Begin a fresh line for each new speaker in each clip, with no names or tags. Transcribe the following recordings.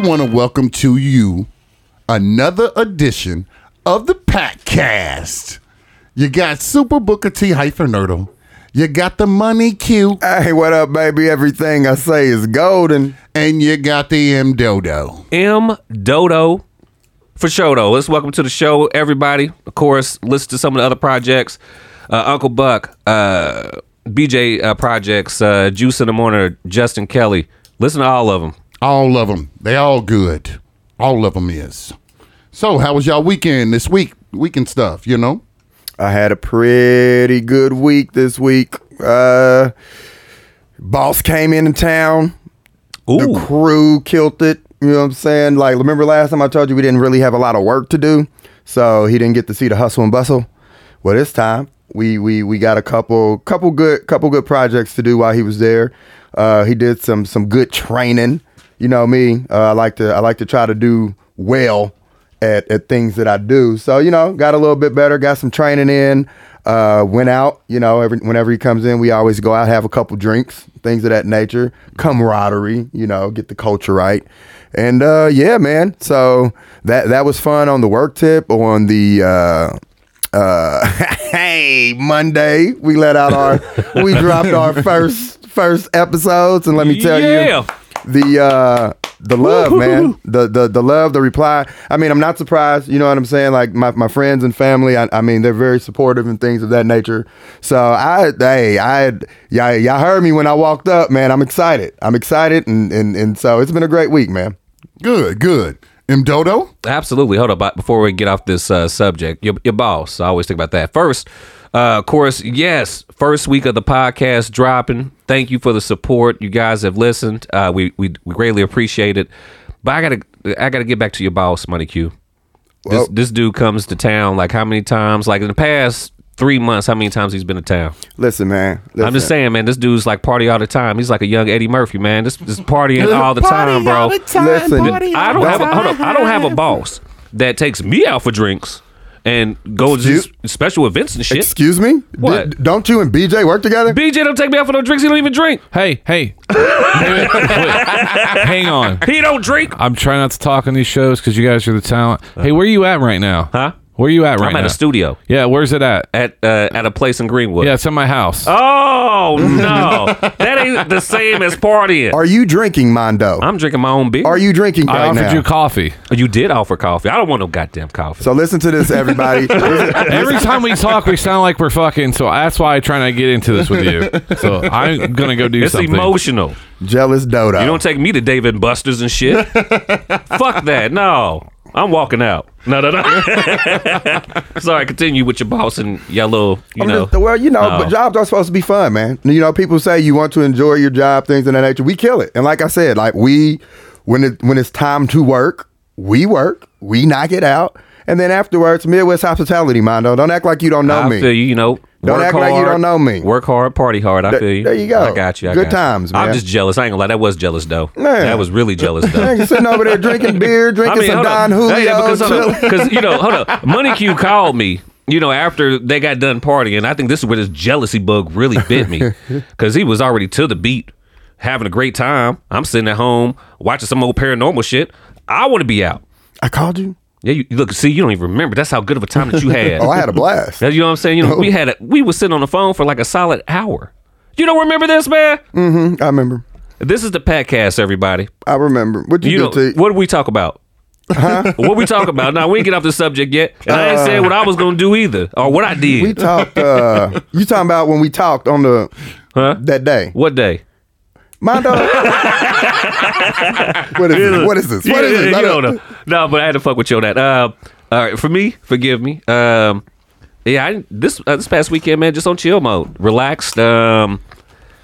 want to welcome to you another edition of the Packcast. You got Super Booker T hyphen Nerdle. You got the Money Q,
Hey, what up, baby? Everything I say is golden.
and you got the M Dodo.
M Dodo for show though. Let's welcome to the show, everybody. Of course, listen to some of the other projects. Uh, Uncle Buck, uh, BJ uh, projects, uh, Juice in the Morning, Justin Kelly. Listen to all of them.
All of them, they all good. All of them is. So, how was y'all weekend this week? Weekend stuff, you know.
I had a pretty good week this week. Uh, boss came into town. The
Ooh,
crew killed it. You know what I'm saying? Like, remember last time I told you we didn't really have a lot of work to do, so he didn't get to see the hustle and bustle. Well, this time we we we got a couple couple good couple good projects to do while he was there. Uh, he did some some good training. You know me. Uh, I like to I like to try to do well at, at things that I do. So you know, got a little bit better, got some training in, uh, went out. You know, every whenever he comes in, we always go out, have a couple drinks, things of that nature, camaraderie. You know, get the culture right, and uh, yeah, man. So that that was fun on the work tip on the. Uh, uh, hey, Monday we let out our we dropped our first first episodes, and let me tell
Yeah.
you, the uh the love man the, the the love the reply i mean i'm not surprised you know what i'm saying like my, my friends and family I, I mean they're very supportive and things of that nature so i hey i y'all, y'all heard me when i walked up man i'm excited i'm excited and and, and so it's been a great week man
Good, good. M Dodo.
absolutely. Hold up, but before we get off this uh, subject, your, your boss. I always think about that first. Uh, of course, yes. First week of the podcast dropping. Thank you for the support. You guys have listened. Uh, we, we we greatly appreciate it. But I gotta I gotta get back to your boss, Money Q. This
Well-
this dude comes to town like how many times? Like in the past three months, how many times he's been to town?
listen man listen.
I'm just saying, man. This dude's like party all the time. He's like a young Eddie Murphy, man. This is partying all the time, bro.
listen
I don't have a, hold up, I don't have a boss that takes me out for drinks and goes to
Excuse-
these special events and shit.
excuse me Did-
What?
don't you and bj work together
BJ don't take me out for no drinks. He don't even drink.
Hey, hey. Wait, wait. Hang on.
He don't drink.
I'm trying not to talk on these shows because you guys are the talent. Hey, where you at right now?
Huh?
Where you at right
I'm
now?
at a studio
Yeah, where's it at?
at uh, at a place in Greenwood.
Yeah, it's at my house.
Oh no, that ain't the same as partying.
are you drinking mondo
I'm drinking my own beer.
are you drinking
I
right
offered
now?
you coffee.
You did offer coffee. I don't want no goddamn coffee.
so listen to this everybody
Every time we talk, we sound like we're fucking. So that's why I try not to get into this with you. So I'm gonna go do
It's
something.
emotional.
jealous dodo
You don't take me to David and Buster's and shit. Fuck that. No. I'm walking out. No, no, no. Sorry, continue with your boss and your little, you
I'm
know.
just- well, you know,
Oh.
but jobs are supposed to be fun, man. You know, people say you want to enjoy your job, things of that nature. We kill it, and like I said, like we, when it when it's time to work, we work, we knock it out, and then afterwards, Midwest hospitality, Mondo. Don't act like you don't know
I
me.
feel you, you know.
Don't
work
act
hard,
like you don't know me.
Work hard, party hard. I
There-
feel you.
there you go.
I got you. I
Good
got you.
times, man.
I'm just jealous. I ain't gonna lie. That was jealous, though.
Man.
That was really jealous, though.
You're sitting over there drinking beer, drinking some
hold
Don
up.
Julio.
Hey, because, hold up.
chill-
'Cause, you know, hold up. Money Q called me. You know, after they got done partying, I think this is where this jealousy bug really bit me, because he was already to the beat, having a great time. I'm sitting at home watching some old paranormal shit. I want to be out.
I called you.
Yeah, you look. See, you don't even remember. That's how good of a time that you had.
Oh, I Oh. had a blast.
you know what I'm saying? You know, we had a, we was sitting on the phone for like a solid hour. You don't remember this, man?
Mm, I remember.
This is the podcast, everybody.
I remember. What you,
You know
do to?
what did we talk about? what we talk about? Now we ain't get off the subject yet, and I ain't said what I was gonna do either, or what I did.
we talked. Uh, you talking about when we talked on the
huh?
that day?
What day?
Mondo. what is this? What is this? What is
Yeah,
this?
yeah,
I
You
don't-
don't know. No, but I had to fuck with you on that. Uh, all right, for me, forgive me. Um, yeah, I, this uh, this past weekend, man, just on chill mode, relaxed. Um,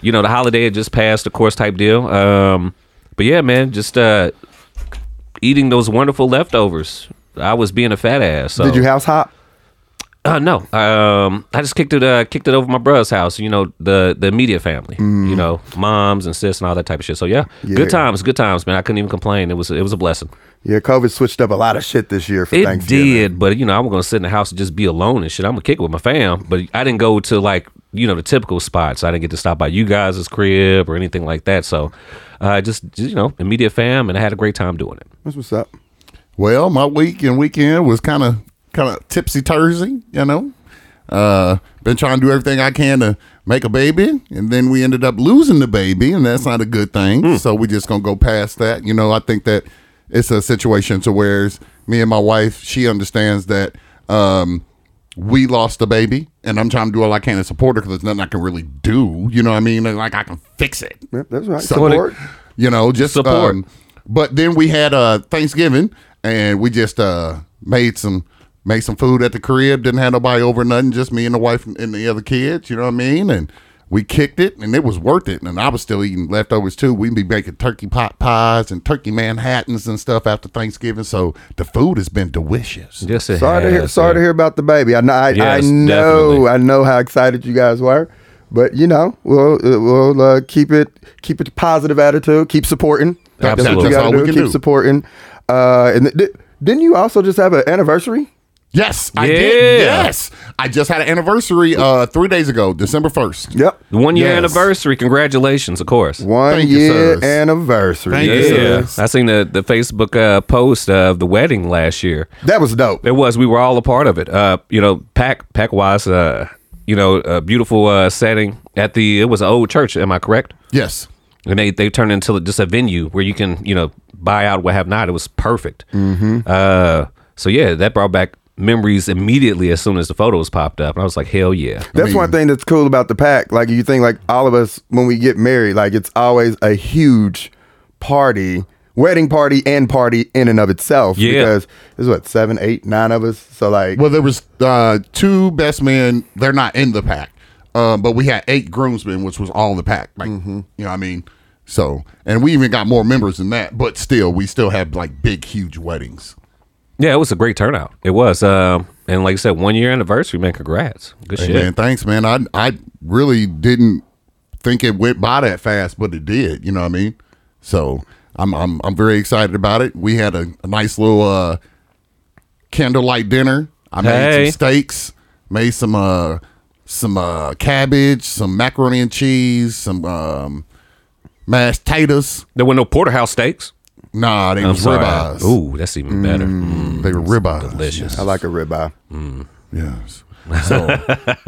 you know, the holiday had just passed, of course, type deal. Um, but yeah, man, just uh, eating those wonderful leftovers. I was being a fat ass. So.
Did you house hop?
Uh, no, um, I just kicked it, uh, kicked it over my brother's house. You know, the the immediate family. You know, moms and sis and all that type of shit. So yeah,
Mm-hmm. Yeah.
good times, good times, man. I couldn't even complain. It was it was a blessing.
Yeah, COVID switched up a lot of shit this year for
It
Thanksgiving.
did, but you know, I'm gonna sit in the house and just be alone and shit. I'm gonna kick it with my fam, but I didn't go to like you know the typical spots. I didn't get to stop by you guys' crib or anything like that. So, uh, just, just you know, immediate fam, and I had a great time doing it.
That's what's up.
Well, my week and weekend was kind of kind of tipsy tursy, you know. Uh, been trying to do everything I can to make a baby, and then we ended up losing the baby, and that's not a good thing. So we just gonna go past that. You know, I think that it's a situation to where it's me and my wife, she understands that um, we lost the baby, and I'm trying to do all I can to support her because there's nothing I can really do. You know what I mean? Like I can fix it.
Yep, that's right.
Support.
Support.
You know, just
Support.
um, but then we had uh Thanksgiving and we just uh made some made some food at the crib, didn't have nobody over nothing, just me and the wife and the other kids, you know what I mean? And we kicked it and it was worth it. And I was still eating leftovers too. We'd be making turkey pot pies and turkey manhattans and stuff after Thanksgiving. So the food has been delicious.
Yes, it
Sorry to hear.
has,
Sorry to
man.
hear about the baby. I know. I,
Yes,
I know.
definitely.
I know how excited you guys were, but you know, we'll uh, we'll uh, keep it keep it a positive attitude. Keep supporting.
Absolutely.
That's
That's
what
all
you
we
gotta do.
can
Keep
do.
supporting. Uh, and th- didn't you also just have an anniversary?
Yes, I did.
Yeah.
Yes. I just had an anniversary uh three days ago, December first.
Yep.
The one year
Yes.
anniversary. Congratulations, of course.
One
Thank you,
year
sirs.
anniversary.
Thank you,
Yeah,
Yes.
I seen the the Facebook uh, post of the wedding last year.
That was dope.
It was. We were all a part of it. Uh, you know, pack pack wise. Uh, you know, a beautiful uh, setting at the. It was an old church. Am I correct?
Yes.
And they they turned it into just a venue where you can you know buy out what have not. It was perfect. Mm-hmm. Uh, so yeah, that brought back memories immediately as soon as the photos popped up, and I was like, hell yeah.
That's one thing that's cool about the pack. Like you think, like all of us when we get married, like it's always a huge party, wedding party and party in and of itself.
Yeah.
Because there's what seven, eight, nine of us. So like,
Well, there was uh, two best men. They're not in the pack, uh, but we had eight groomsmen, which was all in the pack. Like, you know, what I mean, so and we even got more members than that. But still, we still have like big, huge weddings.
Yeah, it was a great turnout. It was. Um, and like I said, one year anniversary, man. Congrats. Good shit.
Man, thanks, man. I I really didn't think it went by that fast, but it did. You know what I mean? So I'm I'm I'm very excited about it. We had a, a nice little uh, candlelight dinner. I made
Hey.
some steaks, made some uh some uh cabbage, some macaroni and cheese, some um mashed potatoes.
There were no porterhouse steaks.
Nah, they
I'm
was
sorry.
ribeyes.
Ooh, that's even better.
They were ribeyes.
Delicious.
I like a ribeye.
Yes. So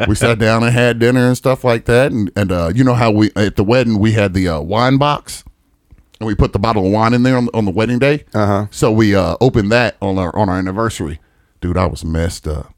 we sat down and had dinner and stuff like that. And, and uh, you know how we, at the wedding, we had the uh, wine box and we put the bottle of wine in there on, on the wedding day. Uh-huh. So we uh, opened that on our, on our anniversary. Dude, I was messed up.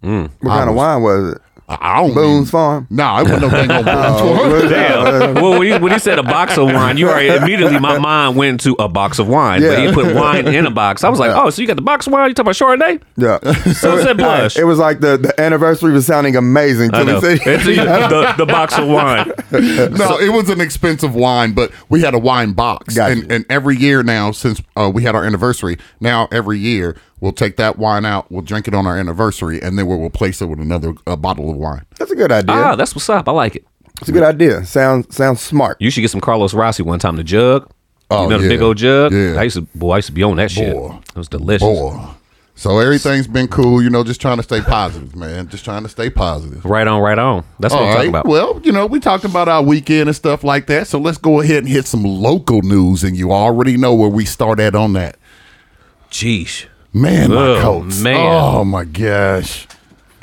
What kind of wine was it?
I, I don't
Boone's
even-
Farm.
Nah, it wasn't no thing on
Oh,
Boone's Farm.
Damn. Mm. well, when he, when he said a box of wine, you already immediately my mind went to a box of wine. But
Yeah.
he put wine in a box. I was like, oh, so you got the box of wine? You talking about Chardonnay?
Yeah.
So it's that blush.
it was like the, the anniversary was sounding amazing.
I
till
know.
he said-
It's the, the box of wine.
No, it was an expensive wine, but we had a wine box.
Gotcha.
And, and every year now, since uh, we had our anniversary, now every year we'll take that wine out, we'll drink it on our anniversary, and then we'll replace it with another uh bottle of wine.
That's a good idea.
Ah, that's what's up. I like it.
It's a good idea. Sounds sounds smart.
You should get some Carlos Rossi one time. The jug.
Oh,
you know the
yeah.
big old jug.
Yeah.
I used to, boy, I used to be on that shit.
Boy.
It was delicious.
Boy. So everything's been cool, you know, just trying to stay positive, man. Just trying to stay positive.
Right on, right on. That's what
All
I'm talking
right.
about.
Well, you know, we talked about our weekend and stuff like that. So let's go ahead and hit some local news, and you already know where we start at on that.
Jeez.
Man, my
Oh,
coats.
man.
Oh my gosh.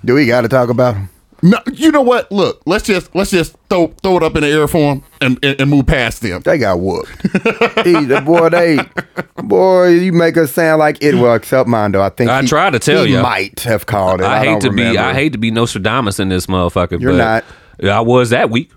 Do we got to talk about him?
No, you know what? Look, let's just let's just throw throw it up in the air for them and, and, and move past them.
They got whooped. he, the boy, they, boy, you make us sound like it. Well, except Mondo, I think
I
he-
tried to tell
he
ya.
might have called it. I,
I, hate
don't
to be
remember.
I hate to be Nostradamus in this motherfucker.
You're
but
not.
I was that week.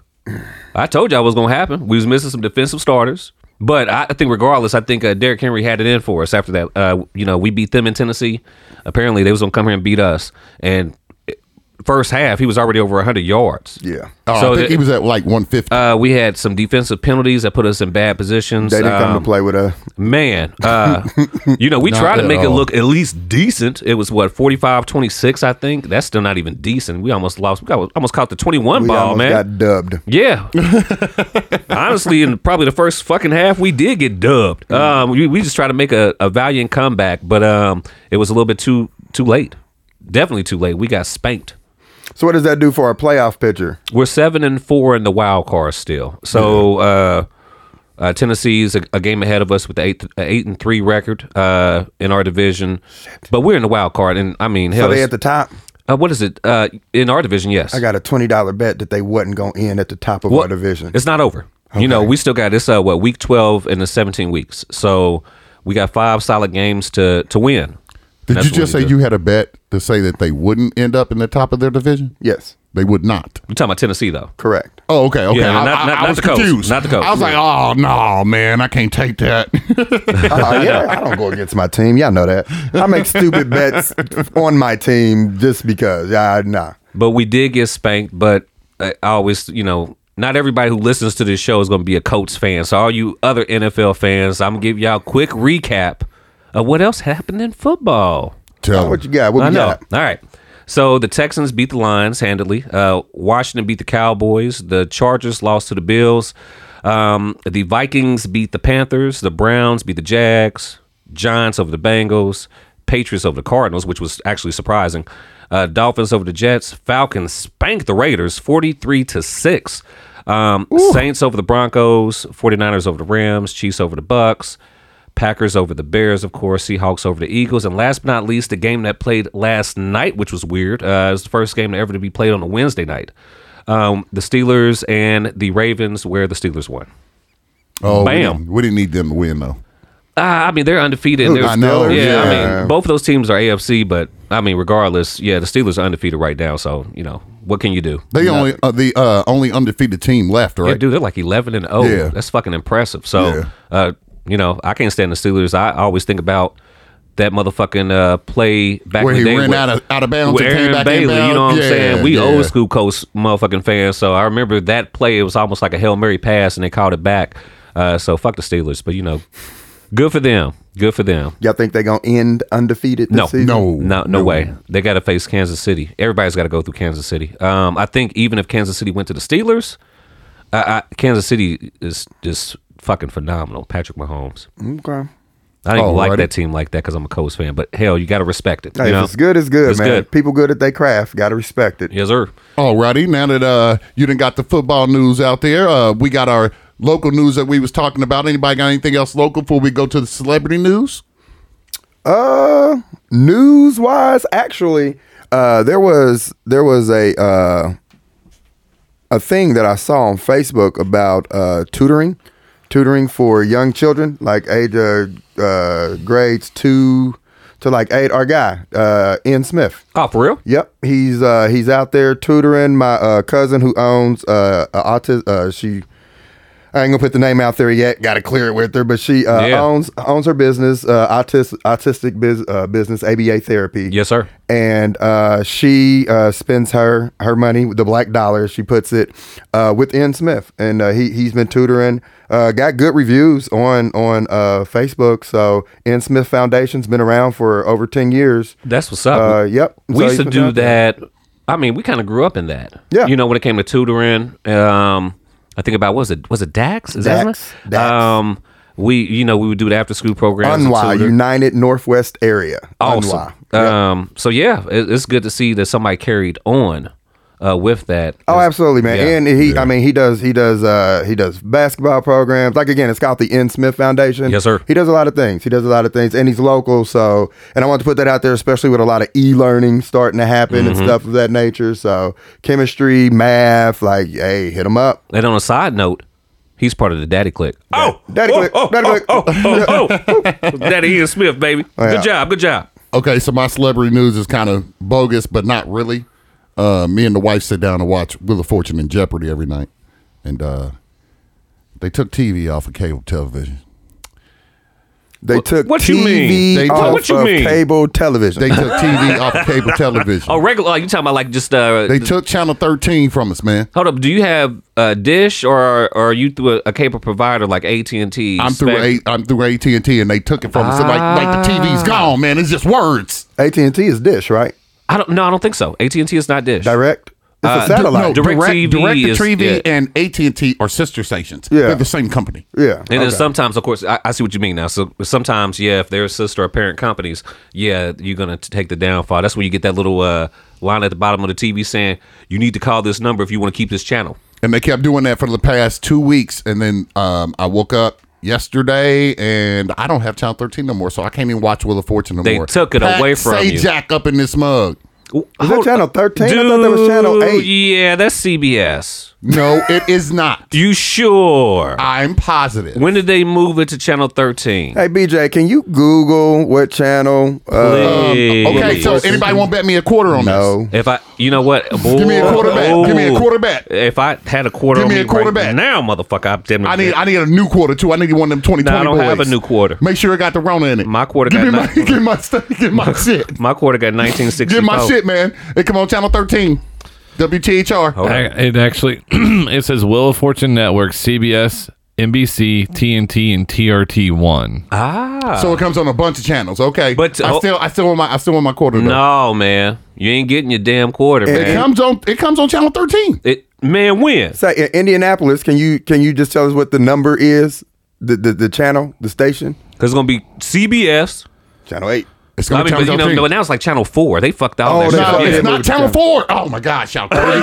I told you I was gonna happen. We was missing some defensive starters, but I I think regardless, I think uh, Derrick Henry had it in for us. After that, uh, you know, we beat them in Tennessee. Apparently, they was gonna come here and beat us. And it- first half, he was already over hundred yards.
Yeah,
Oh,
So
I think
the-
he was at like 150.
Uh, we had some defensive penalties that put us in bad positions.
they didn't come
Um,
to play with us.
Man, uh, you know, we tried to
at
make it
all.
look at least decent. It was what 45 26, I think. That's still not even decent. We almost lost. We got, almost caught the 21
We
ball,
almost
man.
got dubbed.
yeah. Honestly, in probably the first fucking half, we did get
Mm.
dubbed. Um, we, we just tried to make a, a valiant comeback, but um, it was a little bit too too late. Definitely too late. We got spanked.
So what does that do for our playoff picture?
We're seven and four in the wild card still. So uh, uh, Tennessee's a, a game ahead of us with the eight, a eight and three record uh, in our division. But we're in the wild card, and I mean,
Are
hell,
they
it's-
at the top?
uh, what is it uh, in our division? Yes,
I got a twenty dollar bet that they wasn't going to end at the top of our
Well,
division.
It's not over. You know, we still got this. Uh, what week twelve and the seventeen weeks. So we got five solid games to to win.
Did
That's
you
what
just
we
say
do.
you had a bet to say that they wouldn't end up in the top of their division?
Yes,
They would not.
We're talking about Tennessee though.
correct.
Oh, okay, okay.
Yeah,
I,
not-
I-
not-
I
not
was
the coach.
confused.
Not the coach.
I was like, oh no, man, I can't take that.
Oh, yeah, I don't go against my team. Y'all know that. I make stupid bets on my team just because. Yeah, nah.
But we did get spanked. But I I always, you know, not everybody who listens to this show is going to be a Colts fan. So all you other NFL fans, I'm gonna give y'all a quick recap of what else happened in football.
Tell
What you
them.
got? What
I
you
know.
got?
All right. So the Texans beat the Lions handily. Uh, Washington beat the Cowboys. The Chargers lost to the Bills. Um, the Vikings beat the Panthers. The Browns beat the Jags. Giants over the Bengals. Patriots over the Cardinals, which was actually surprising. Uh, Dolphins over the Jets. Falcons spanked the Raiders 43 to 6. Um, Saints over the Broncos. 49ers over the Rams. Chiefs over the Bucks. Packers over the Bears, of course, Seahawks over the Eagles, and last but not least, the game that played last night, which was weird. Uh, it was the first game ever to be played on a Wednesday night. Um, the Steelers and the Ravens, where the Steelers won.
Oh, we
Bam.
didn't- We didn't need them to win though.
Uh, I mean, they're undefeated.
Ooh,
and they're
I know,
still- yeah, I
yeah.
mean, both of those teams are AFC, but I mean, regardless, yeah, the Steelers are undefeated right now. So you know, what can you do?
They only uh, the uh, only undefeated team left,
Yeah,
right?
dude, they're like eleven and zero.
Yeah.
That's fucking impressive. So,
Yeah.
uh, you know, I can't stand the Steelers. I always think about that motherfucking uh, play back
Where
in the
he
day
ran
with-
out of out of bounds
with
and came
Aaron
back
Bailey.
in bounds.
You know what I'm
Yeah,
saying? We
yeah.
old school coast motherfucking fans. So I remember that play. It was almost like a hail mary pass, and they called it back. Uh, so fuck the Steelers. But you know, good for them. Good for them.
Y'all think they gonna end undefeated this
No.
season?
No,
No, no, way. They got to face Kansas City. Everybody's got to go through Kansas City. Um, I think even if Kansas City went to the Steelers, I, I, Kansas City is just fucking phenomenal. Patrick Mahomes.
Okay.
I didn't
Oh,
like
alrighty.
that team like that because I'm a Colts fan. But hell, you got to respect it.
Hey,
you
if
know?
it's good, it's good,
It's
man.
good.
People good at their craft. Got to respect it.
Yes, sir.
Alrighty, now that uh, you done got the football news out there, uh, we got our local news that we was talking about. Anybody got anything else local before we go to the celebrity news?
Uh, news wise, actually, uh, there was there was a uh, a thing that I saw on Facebook about uh, tutoring, tutoring for young children, like age uh, uh, grades two to like eight. Our guy, uh, N. Smith.
Oh, for real?
Yep, he's uh, he's out there tutoring my uh, cousin who owns uh, autism. Uh, she, I ain't gonna put the name out there yet. Got to clear it with her, but she uh,
Yeah.
owns owns her business, uh, autis- autistic biz- uh, business, ABA therapy.
Yes, sir.
And uh, she uh, spends her her money, the black dollars, she puts it uh, with N Smith, and uh, he he's been tutoring. Uh, got good reviews on on uh, Facebook. So N Smith Foundation's been around for over ten years.
That's what's up.
Uh, yep.
We
So
used to
he's been
do
out there.
that. I mean, we kind of grew up in that.
Yeah.
You know, when it came to tutoring, um, I think about what was it was it Dax? Is that
Dax.
right?
Dax.
Um, we you know we would do the after school programs. and
Unwa,
tutor.
United Northwest Area.
awesome.
Unwa. Yeah.
Um, so yeah, it, it's good to see that somebody carried on uh, with that.
Oh, absolutely, man.
Yeah.
And he, I mean, he does, he does, uh, he does basketball programs. Like again, it's called the N Smith Foundation.
Yes, sir.
He does a lot of things. He does a lot of things, and he's local. So, and I want to put that out there, especially with a lot of e-learning starting to happen
Mm-hmm.
and stuff of that nature. So, chemistry, math, like, hey, hit him up.
And on a side note, he's part of the Daddy Click. Oh,
Daddy click, daddy click.
oh, oh, Daddy Ian Smith, baby.
Oh, yeah.
Good job, good job.
Okay, so my celebrity news is kind of bogus, but not really. Uh, me and the wife sit down and watch Wheel of Fortune and Jeopardy every night, and uh, they took TV off of cable television.
They took
what you
TV
mean?
They
off
took-
what you
of
mean?
cable television.
They took TV off of cable television.
Oh, regular. Oh, you talking about like just uh,
They took Channel 13 from us, man.
Hold up. Do you have uh, Dish or, or are you through a, a cable provider like AT and T?
I'm through eight. I'm through AT and T, and they took it from us. So like, like the TV's gone, man. It's just words.
AT and T is Dish, right?
I don't. No, I don't think so. AT and T is not Dish.
Direct. It's a
Uh,
satellite.
No, direct,
DirecTV
direct
is-
TV
yeah.
and AT and T are sister stations.
Yeah.
they're the same company.
yeah.
And then
Okay.
sometimes, of course, I, I see what you mean now. So sometimes, yeah, if they're sister or parent companies, yeah, you're gonna t- take the downfall. That's where you get that little uh, line at the bottom of the TV saying, "You need to call this number if you want to keep this channel."
and they kept doing that for the past two weeks. And then um, I woke up yesterday, and I don't have Channel 13 no more, so I can't even watch Wheel of Fortune no
They
more.
took it away from
Sajak
you.
up in this mug.
Is that Channel 13? I thought that was Channel 8.
Yeah, that's CBS.
No, it is not.
You sure?
I'm positive.
When did they move it to Channel 13?
Hey, BJ, can you Google what channel? Uh,
Please.
okay, so anybody won't bet me a quarter on
no.
this?
If I, you know what?
Give me a quarter bet. Give me a
Ooh.
quarter bet.
If I had a quarter,
Give
on
me a quarter
right
bet.
now, motherfucker. I'm damn
I need I need a new quarter too. I need one of them twenty
No, I
twenty.
don't have
boys.
a new quarter.
Make sure it got the Rona in it.
My quarter
Give
got
me my
nothing.
give my stuff. Give my shit.
My quarter got 1964.
Give my shit, man. It come on channel thirteen, WTHR.
I- It actually it says Will of Fortune Network, CBS, NBC, TNT, and TRT One.
Ah,
So it comes on a bunch of channels. Okay,
But-
I
oh.
still, I still want my, I still want my quarter. Though.
no, man, you ain't getting your damn quarter,
it
man.
comes on, it comes on channel thirteen.
It, man, when?
Say in Indianapolis, can you can you just tell us what the number is? The the, the channel, the station?
Because it's gonna be CBS.
Channel 8.
It's
I
gonna
mean,
be
but you
channel
know,
thirteen.
but now it's like Channel Four. They fucked all that
Oh, they
shit.
no,
up.
fucked
it's
Yeah, move
not
it
channel
to
four. Oh my gosh, y'all crazy.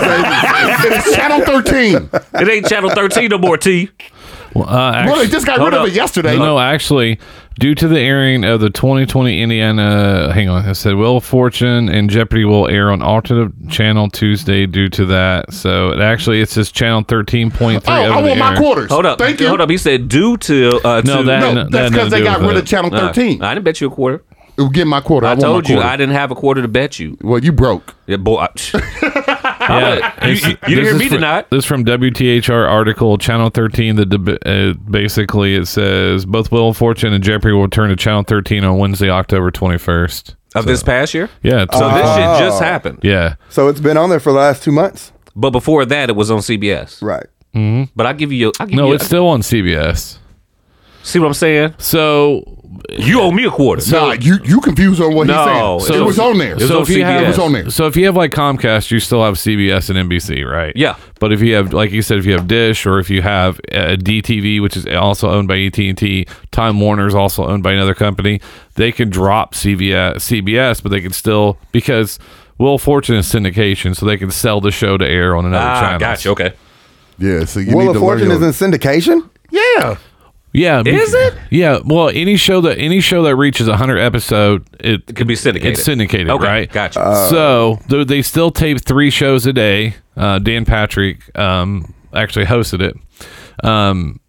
it's channel thirteen.
It ain't Channel 13 no more, T.
Well, uh,
Well, they
actually,
just got
Hold
rid
up.
of it yesterday.
no, actually, due to the airing of the 2020 Indiana, hang on, it said Will of Fortune and Jeopardy will air on alternative channel Tuesday due to that. So it actually it says channel 13.3.
Oh, I
over the
want my
air.
quarters.
Hold up.
Thank you.
Hold up. He said due to. Uh,
No,
to-
No,
that- That-
that's
that
because
nothing
they
to do
got
with
rid
it.
of channel
Uh,
thirteen.
I didn't bet you a quarter.
Get my quarter. I,
I,
want
told
my
you
quarter.
I didn't have a quarter to bet you.
well, you broke.
Yeah, boy. I-
Yeah,
you-
it's-
you didn't
this
hear
is
me
fr-
tonight.
This is from WTHR article Channel 13. The deb- uh, basically it says both Will of Fortune and Jeopardy will return to Channel 13 on Wednesday, October 21st.
of this past year.
Yeah,
Oh. So this
uh,
shit just happened.
yeah.
So it's been on there for the last two months.
But before that, it was on CBS.
Right.
But I give you, I give
No,
you.
it's still on CBS.
see what I'm saying?
So
You owe me a quarter.
nah, you you confused on what
No,
he's saying.
it
it
was-
was on there.
it was
So
on
if you have-
CBS.
it was on there.
So if you have like Comcast, you still have CBS and NBC, right?
Yeah.
But if you have, like you said, if you have Dish or if you have uh, DTV, which is also owned by AT and T, Time Warner is also owned by another company. They can drop CBS, CBS, but they can still because Will Fortune is syndication, so they can sell the show to air on another
ah,
channel.
gotcha. Okay.
Yeah, so you
Will
need
of
to
Fortune
learn
is
your-
in syndication?
Yeah.
Yeah. be-
Is it?
Yeah. Well, any show that any show that reaches hundred episode, it,
It could be syndicated.
It's syndicated,
Okay,
right?
gotcha.
Uh,
so though they still tape three shows a day. Uh, Dan Patrick um, actually hosted it um,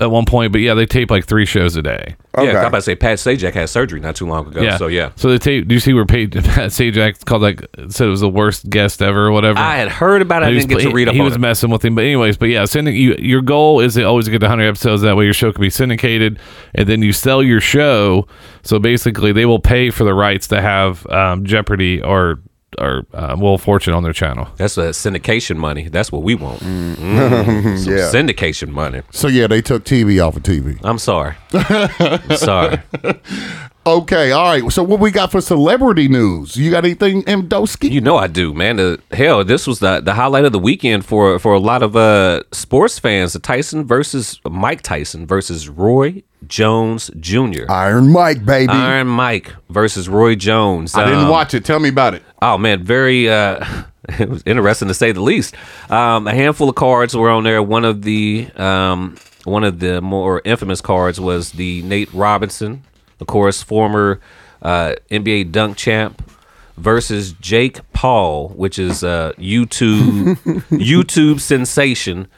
at one point, but yeah, they tape like three shows a day.
Okay.
Yeah, I'm about to say Pat Sajak had surgery not too long ago.
Yeah.
Oh, So yeah,
So they tape. Do you see where Pat, Pat Sajak called like said it was the worst guest ever or whatever?
I had heard about it. I
He was-
didn't get to
he-
read up
He
on
was
it.
messing with him, but anyways, but yeah, sending you. Your goal is to always get to 100 episodes. That way, your show can be syndicated, and then you sell your show. So basically, they will pay for the rights to have um, Jeopardy or or uh, Will of Fortune on their channel.
That's that syndication money. That's what we want. Mm. Some
Mm. Yeah.
syndication money.
So yeah, they took TV off of TV.
I'm sorry. I'm sorry.
Okay, all right. So what we got for celebrity news? You got anything, Mdowski?
You know I do, man. The, hell, this was the the highlight of the weekend for for a lot of uh sports fans. The Tyson versus Mike Tyson versus Roy Jones Jr.
Iron Mike, baby.
Iron Mike versus Roy Jones.
I
Um,
didn't watch it. Tell me about it.
Oh man, very uh, it was interesting to say the least. Um, a handful of cards were on there. One of the um, one of the more infamous cards was the Nate Robinson, of course, former uh, NBA dunk champ, versus Jake Paul, which is uh, YouTube YouTube sensation.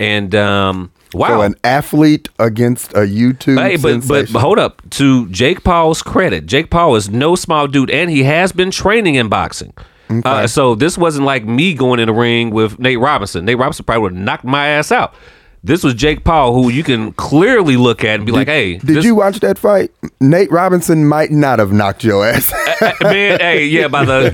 And um, wow,
So an athlete against a YouTube
Hey, but, but
sensation.
but hold up. To Jake Paul's credit, Jake Paul is no small dude, and he has been training in boxing. Uh, so this wasn't like me going in the ring with Nate Robinson. Nate Robinson probably would have knocked my ass out. This was Jake Paul, who you can clearly look at and be like, "Hey,
Did you watch that fight? Nate Robinson might not have knocked your ass.
Uh, man? Hey, yeah, by the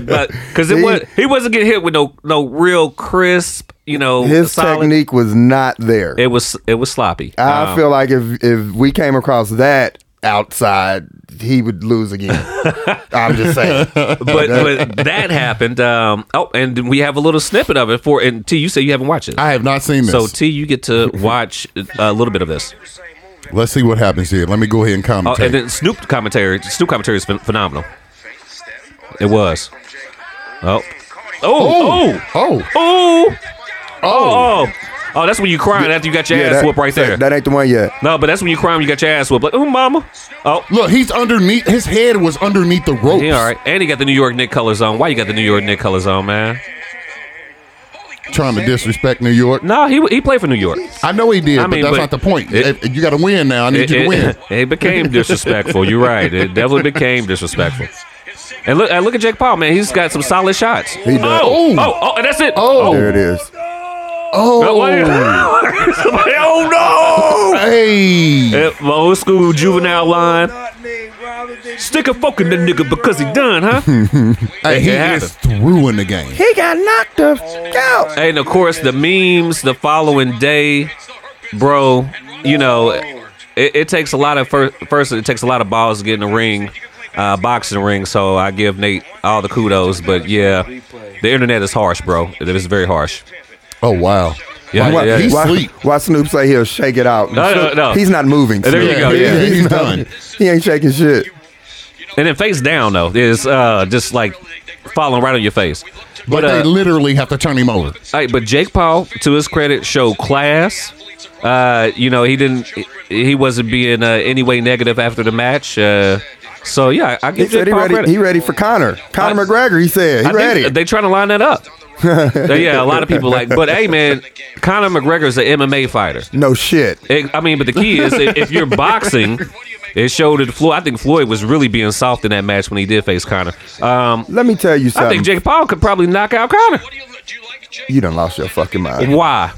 because it
He-
was he wasn't getting hit with no no real crisp, you know,
His
solid-
technique Ah, was not there.
It was it was sloppy.
I feel like if if we came across that outside, he would lose again. I'm just saying.
but, but that happened. Um, oh, and then we have a little snippet of it for. And T, you say you haven't watched it.
I have not seen this.
So T, you get to watch uh, a little bit of this,
Let's see what happens here. Let me go ahead and
oh,
comment.
and then Snoop commentary. Snoop commentary is phen phenomenal. It was. Oh. Oh. Oh.
Oh,
Oh. Oh. Oh. Oh, that's when you crying after you got your ass
that,
whooped right
that-
there.
That, ain't the one yet.
no, but that's when you crying you got your ass whooped. Like, ooh, mama. Oh.
look, he's underneath. His head was underneath the ropes.
Yeah, all right. And he got the New York Nick colors on. Why you got the New York Nick colors on, man?
Trying to disrespect New York.
No, he he played for New York.
I know he did,
I mean,
but that's not
but
the point.
it-
If- you got to win now. I need you to win.
it became disrespectful. You're right. It definitely became disrespectful. And look, and look at Jake Paul, man. He's got some solid shots. He
does.
Oh,
Ooh.
oh, oh, and that's it.
Oh.
There it is.
Oh, wait.
Oh,
Somebody- oh
hey.
no! Eh, My old school juvenile line. Stick a fork in the nigga because he done, huh?
Hey, he
It happened.
is through in the game.
He got knocked the f-
Oh.
out.
and of course, the memes the following day, bro. You know, it, it takes a lot of first, first. It takes a lot of balls to get in the ring, uh, boxing ring. So I give Nate all the kudos. But yeah, the internet is harsh, bro. It is very harsh.
Oh wow.
Yeah,
Why-
yeah,
He
Why,
sleep.
why Snoop say he'll shake it out?
No, no, no.
He's not moving.
There you
Snoop.
go,
He-
yeah.
He's done.
He ain't shaking shit.
And then face down though is uh, just like falling right on your face.
But,
uh,
they literally have to turn him over.
All right, but Jake Paul, to his credit, showed class. Uh, you know, he didn't. He wasn't being uh, any way negative after the match. Uh, so yeah, I I
He
give
said
Jake
he
Paul
ready.
credit.
He ready for Connor. Connor
I-
McGregor. He said he
I think
ready.
they trying to line that up. Uh, yeah, a lot of people like, but hey, man, Conor McGregor's an MMA fighter.
no shit.
It- I mean, but the key is if, if you're boxing, it showed that Floyd. I think Floyd was really being soft in that match when he did face Conor. Um,
Let me tell you
I
something.
think Jake Paul could probably knock out Conor.
you done lost your fucking mind
Why?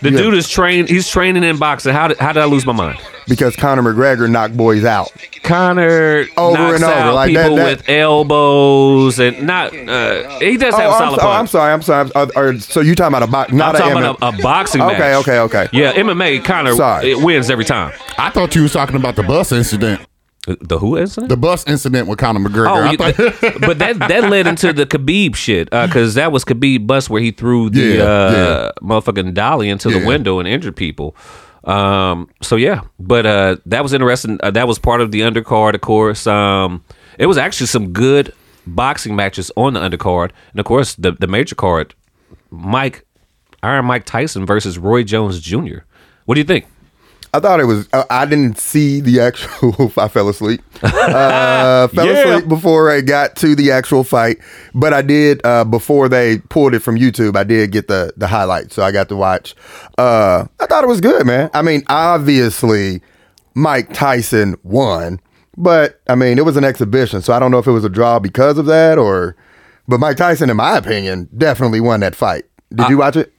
The
Yeah.
dude is trained. He's training in boxing. How did, how did I lose my mind?
because Conor McGregor knocked boys out.
Connor
Over
knocks
and over,
out
like that-
people
that-
with elbows and not. Uh, he does
Oh,
have
I'm,
solid
so- oh, I'm
punch.
sorry. I'm sorry. I'm, uh, uh, so you talking about a box? Not
I'm talking
a
about a, a boxing match.
Okay. Okay. Okay.
Yeah, MMA Connor
Sorry.
it wins every time.
I thought you was talking about the bus incident.
The who incident?
The bus incident with Conor McGregor.
Oh,
I
you-
thought-
but that that led into the Khabib shit because that was Khabib bus where he threw the
Yeah,
uh, motherfucking dolly into the
Yeah.
window and injured people. Um, so yeah, but uh, that was interesting. Uh, that was part of the undercard, of course. Um, it was actually some good boxing matches on the undercard, and of course the the major card, Mike Iron Mike Tyson versus Roy Jones Jr. What do you think?
I thought it was. Uh, I didn't see the actual. I fell asleep. Uh, fell
Yeah.
asleep before I got to the actual fight, but I did uh, before they pulled it from YouTube. I did get the the highlights, so I got to watch. Uh, I thought it was good, man. I mean, obviously, Mike Tyson won, but I mean, it was an exhibition, so I don't know if it was a draw because of that or. But Mike Tyson, in my opinion, definitely won that fight. Did you watch it?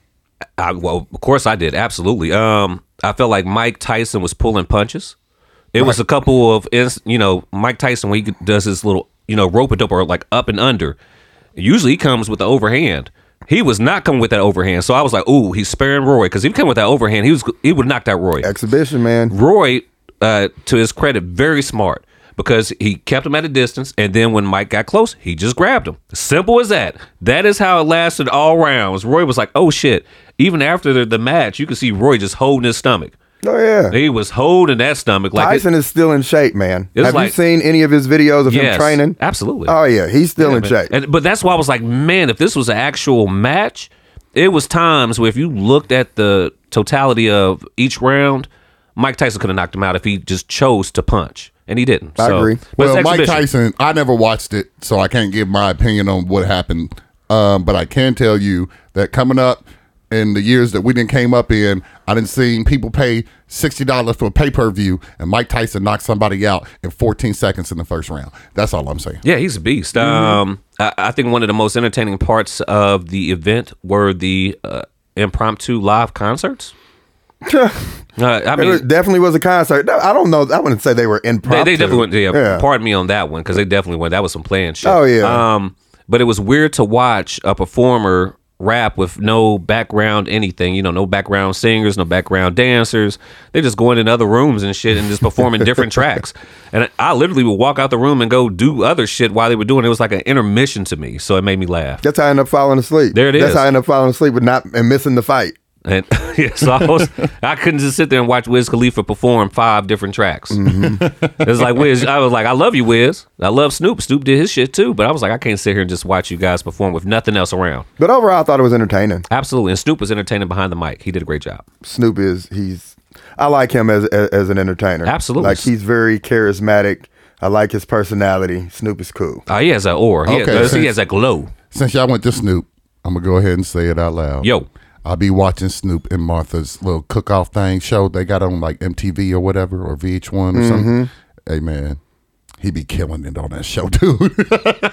I, well, of course I did. Absolutely. Um, I felt like Mike Tyson was pulling punches. It was a couple of, ins- you know, Mike Tyson when he does his little, you know, rope and dope or like up and under. Usually he comes with the overhand. He was not coming with that overhand, so I was like, "Ooh, he's sparing Roy because if he came with that overhand, he was he would knock that Roy."
Exhibition, man.
Roy, uh, to his credit, very smart because he kept him at a distance, and then when Mike got close, he just grabbed him. Simple as that. That is how it lasted all rounds. Roy was like, "Oh shit!" Even after the, the match, you could see Roy just holding his stomach.
Oh yeah.
He was holding that stomach like it-
Tyson is still in shape, man.
It's
Have you
like-
seen any of his videos of
Yes,
him training?
absolutely.
Oh yeah, he's still in shape.
And but that's why I was like, man, if this was an actual match, it was times where if you looked at the totality of each round, Mike Tyson could have knocked him out if he just chose to punch, and he didn't.
I
So-
agree.
But it's
well, Mike
exhibition.
Tyson, I never watched it, so I can't give my opinion on what happened. Um, but I can tell you that coming up in the years that we didn't came up in, I didn't see people pay sixty dollars for a pay per view, and Mike Tyson knocked somebody out in fourteen seconds in the first round. That's all I'm saying.
Yeah, he's a beast.
Mm-hmm.
Um, I, I think one of the most entertaining parts of the event were the uh, impromptu live concerts. Uh, I
It was-
mean,
definitely was a concert. No, I don't know. I wouldn't say they were impromptu.
they, they definitely went. Yeah,
Yeah.
pardon me on that one because they definitely went. That was some playing shit.
Oh, yeah.
Um, but it was weird to watch a performer rap with no background anything. You know, no background singers, no background dancers. They just going in other rooms and shit and just performing different tracks. And I, I literally would walk out the room and go do other shit while they were doing. It It was like an intermission to me, so it made me laugh.
That's how I end up falling asleep.
There it
That's
is.
how I end up falling asleep with not and missing the fight.
And yeah, so I, was, I couldn't just sit there and watch Wiz Khalifa perform five different tracks.
Mm-hmm.
It's like Wiz, I was like, I love you, Wiz. I love Snoop. Snoop did his shit too, but I was like, I can't sit here and just watch you guys perform with nothing else around.
But overall, I thought it was entertaining.
Absolutely, and Snoop was entertaining behind the mic. He did a great job.
Snoop is he's I like him as as, as an entertainer.
Absolutely.
like he's very charismatic. I like his personality. Snoop is cool.
Uh, he has a aura. He,
Okay,
has, he
since-
has a glow.
Since y'all went to Snoop, I'm gonna go ahead and say it out loud.
Yo.
I'll be watching Snoop and Martha's little cook-off thing show they got on like MTV or whatever or VH1 or something.
Mm-hmm.
Hey man, he be killing it on that show, dude.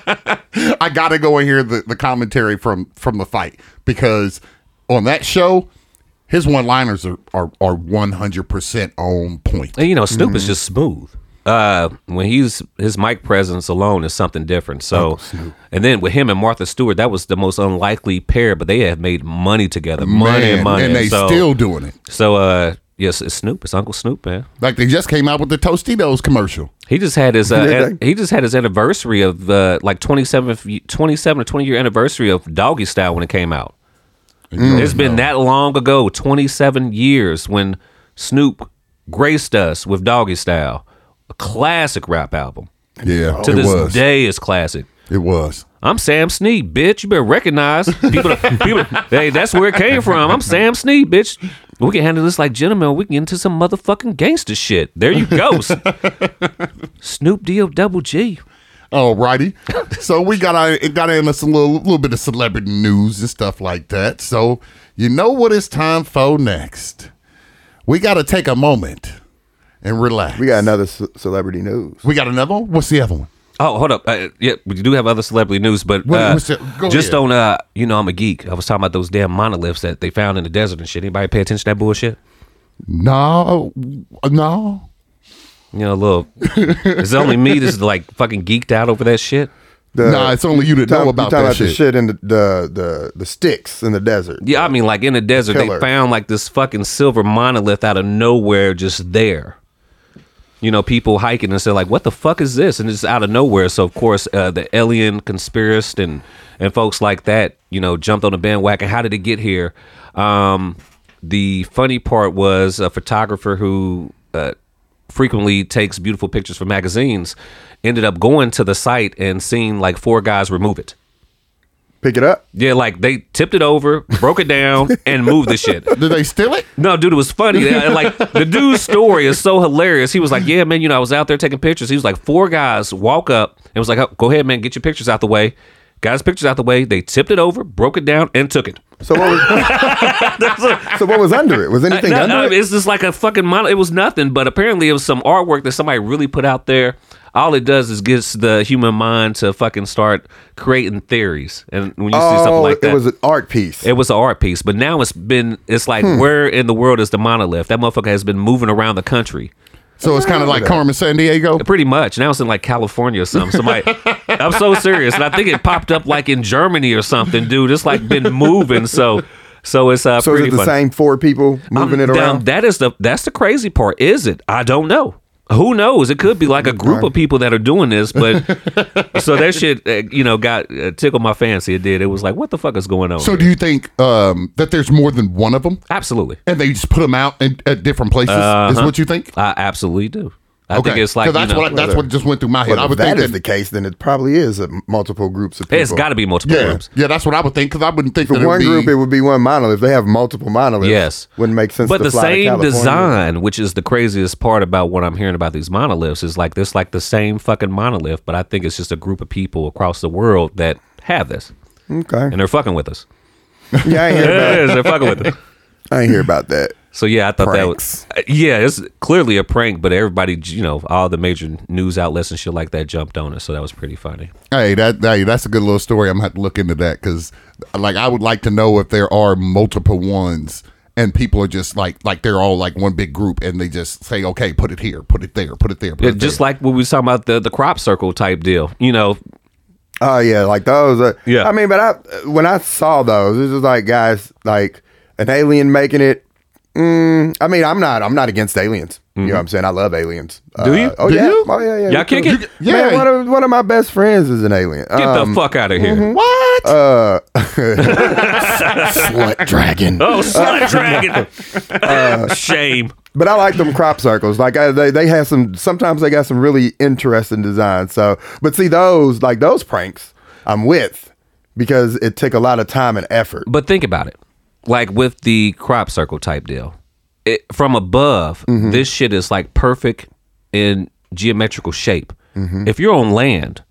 I gotta go and hear the, the commentary from from the fight because on that show, his one-liners are are are 100% on point.
And you know, Snoop
Mm-hmm.
is just smooth. Uh, when he's his mic presence alone is something different. So, and then with him and Martha Stewart, that was the most unlikely pair, but they have made money together, money
Man,
and money,
and they
so,
still doing it.
So, uh, yes, it's Snoop. It's Uncle Snoop, man.
Like they just came out with the Tostitos commercial.
He just had his uh,
Did
an- he just had his anniversary of uh, like 27, 27 or twenty year anniversary of Doggy Style when it came out.
Mm.
It's been that long ago, 27 years, when Snoop graced us with Doggy Style, a classic rap album.
Yeah,
To
it
this
was.
day is classic.
It was.
I'm Sam Snead, bitch. You better recognize people. people hey, that's where it came from. I'm Sam Snead, bitch. We can handle this like gentlemen. We can get into some motherfucking gangster shit. There you go, Snoop D O double G.
Alrighty. so we got our, it got into some little little bit of celebrity news and stuff like that. So you know what it's time for next. We got to take a moment and relax.
We got another ce- celebrity news.
We got another one. What's the other one?
Oh, hold up. Uh, yeah, we do have other celebrity news, but
What-
uh,
what's that? Go
just
ahead.
on uh, you know, I'm a geek. I was talking about those damn monoliths that they found in the desert and shit. Anybody pay attention to that bullshit?
No, no.
You know, a little. it's only me that's like fucking geeked out over that shit.
The,
Nah, it's only you that know
you
about
talking
that
about the
shit.
shit in the, the the the sticks in the desert.
Yeah, I mean, like in the desert,
Killer.
they found like this fucking silver monolith out of nowhere, just there. You know, people hiking and said, like, "What the fuck is this?" And it's out of nowhere. So of course, uh, the alien conspirist and and folks like that, you know, jumped on the bandwagon. How did it get here? Um, the funny part was a photographer who uh, frequently takes beautiful pictures for magazines ended up going to the site and seeing like four guys remove it.
Pick it up.
Yeah, like they tipped it over, broke it down, and moved the shit.
Did they steal it?
No, dude, it was funny. Uh, Like the dude's story is so hilarious. He was like, "Yeah, man, you know, I was out there taking pictures." He was like, four guys walk up and was like, oh, "Go ahead, man, get your pictures out the way." Got his pictures out the way. They tipped it over, broke it down, and took it.
So what was so what was under it? Was anything
Uh, No,
under
no,
it?
it's just like a fucking model. It was nothing, but apparently it was some artwork that somebody really put out there. All it does is gets the human mind to fucking start creating theories. And when you see something
Oh,
like that,
it was an art piece.
It was an art piece, but now it's been it's like
Hmm.
where in the world is the monolith? That motherfucker has been moving around the country.
So it's kind of like Carmen San Diego.
Pretty much. Now it's in like California or something. Somebody I'm so serious. And I think it popped up like in Germany or something, dude. It's like been moving. So so it's uh
so is
pretty
it the
funny.
same four people
I'm
moving it
down-
around?
that is the that's the crazy part, is it? I don't know. Who knows? It could be like a group of people that are doing this, but so that shit, uh, you know, got uh, tickled my fancy. It did. It was like, what the fuck is going on?
So do you think um, that there's more than one of them,
Absolutely.
and they just put them out in, at different places? Is what you think?
I absolutely do. Uh-huh. I think it's like
'Cause
you
that's
know,
what I- that's what just went through my head. I
Well, if
would
that
think
is
that
the case, then it probably is a m- multiple groups of people.
it's got to be multiple
Yeah,
groups.
yeah, that's what I would think because I wouldn't think
For
that
one
it would
group,
be.
it would be one monolith. They have multiple monoliths.
Yes,
wouldn't make sense.
But
to
the
fly to
same
California.
design, which is the craziest part about what I'm hearing about these monoliths, is like this, like the same fucking monolith. But I think it's just a group of people across the world that have this,
Okay.
and they're fucking with us.
Yeah, I ain't hear about,
Yes, they're fucking with us.
I ain't hear about that.
So yeah, I thought
Pranks.
that was uh, yeah. It's clearly a prank, but everybody, you know, all the major news outlets and shit like that jumped on it. So that was pretty funny.
Hey, that hey, that's a good little story. I'm gonna have to look into that because, like, I would like to know if there are multiple ones and people are just like like they're all like one big group and they just say, okay, put it here, put it there, put it there, put
Yeah,
it
just
there.
like when we was talking about the the crop circle type deal, you know,
Oh yeah, like those. Are,
Yeah.
I mean, but I when I saw those, it was just like guys like an alien making it. I mean, I'm not. I'm not against aliens. You know what I'm saying? I love aliens.
Mm-hmm. Do you?
Oh
Do
yeah.
you?
Oh yeah. Yeah.
Y'all
we
kick
cool.
it? You-
yeah.
Man, one of one of my best friends is an alien. Uh,
Get
Um,
the fuck out of here.
What?
Slut dragon.
Oh, slut dragon. Shame.
But I like them crop circles. Like I, they, they have some. Sometimes they got some really interesting designs. So, but see those like those pranks, I'm with because it take a lot of time and effort.
But think about it. Like with the crop circle type deal, it, from above,
Mm-hmm.
this shit is like perfect in geometrical shape.
Mm-hmm.
If you're on land,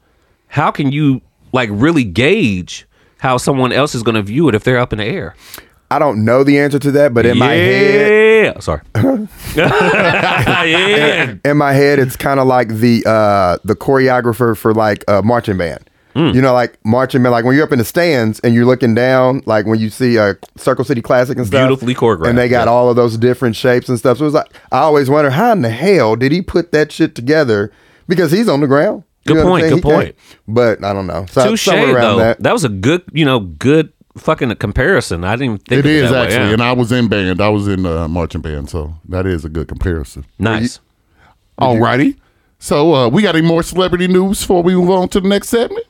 how can you like really gauge how someone else is going to view it if they're up in the air?
I don't know the answer to that, but in my head,
yeah. Sorry. yeah.
in my head, it's kind of like the uh, the choreographer for like a marching band.
Hmm.
You know, like marching band. Like when you're up in the stands and you're looking down, like when you see a Circle City Classic and stuff,
Beautifully choreographed,
and they got all of those different shapes and stuff. So it's like I always wonder how in the hell did he put that shit together because he's on the ground.
Good
what I'm
point,
saying?
good
He
point.
can't. But I don't know. So
Touche,
somewhere around
though. That.
that.
was a good, you know, good fucking comparison. I didn't even think
It
of it
is
that way,
actually,
yeah.
and I was in band. I was in uh, marching band, so that is a good comparison.
nice.
Alrighty. So uh, we got any more celebrity news before we move on to the next segment?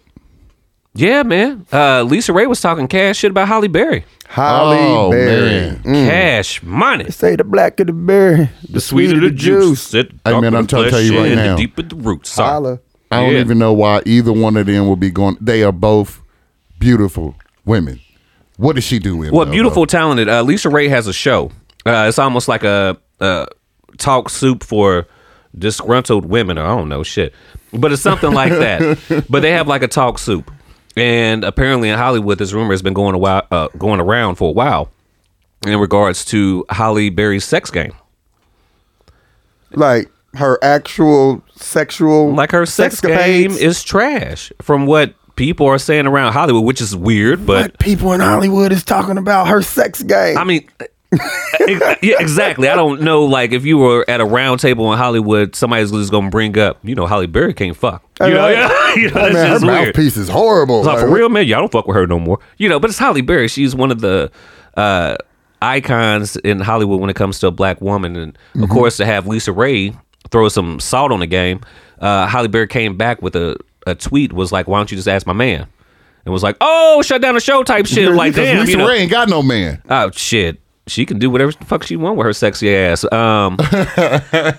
Yeah, man. Uh, Lisa Ray was talking cash shit about Holly Berry.
Holly
Oh,
Berry.
man.
Mm. Cash money.
Say the black of the berry, the,
Sweet of the juice. It
Hey, man,
darker
I'm
the
trying to tell
flesh
you right
and
now.
The deep at the roots. Sorry.
Holla.
I don't
Yeah.
even know why either one of them will be going. They are both beautiful women. What is she doing?
Well,
though,
beautiful, talented. Uh, Lisa Ray has a show. Uh, it's almost like a, a talk soup for disgruntled women, or I don't know shit, but it's something like that. But they have like a talk soup, and apparently in Hollywood, this rumor has been going a while, uh, going around for a while, in regards to Holly Berry's sex game,
like her actual sexual
like her sex game
escapades.
is trash, from what people are saying around Hollywood, which is weird, but
But people in Hollywood is talking about her sex game.
I mean, ex- yeah, exactly. I don't know. Like, if you were at a round table in Hollywood, somebody's just gonna bring up, you know, Holly Berry can't fuck. You know, yeah, you know, it's
man, her
just weird.
mouthpiece is horrible.
It's like,
Like,
for real, man, y'all don't fuck with her no more. You know, but it's Holly Berry. She's one of the uh, icons in Hollywood when it comes to a black woman, and of
Mm-hmm.
course, to have Lisa Ray throw some salt on the game. Uh, Holly Berry came back with a, a tweet was like, "Why don't you just ask my man?" And was like, "Oh, shut down the show" type shit. I'm like,
Because
damn,
Lisa
you know,
Ray ain't got no man.
Oh shit. She can do whatever the fuck she want with her sexy ass. Um,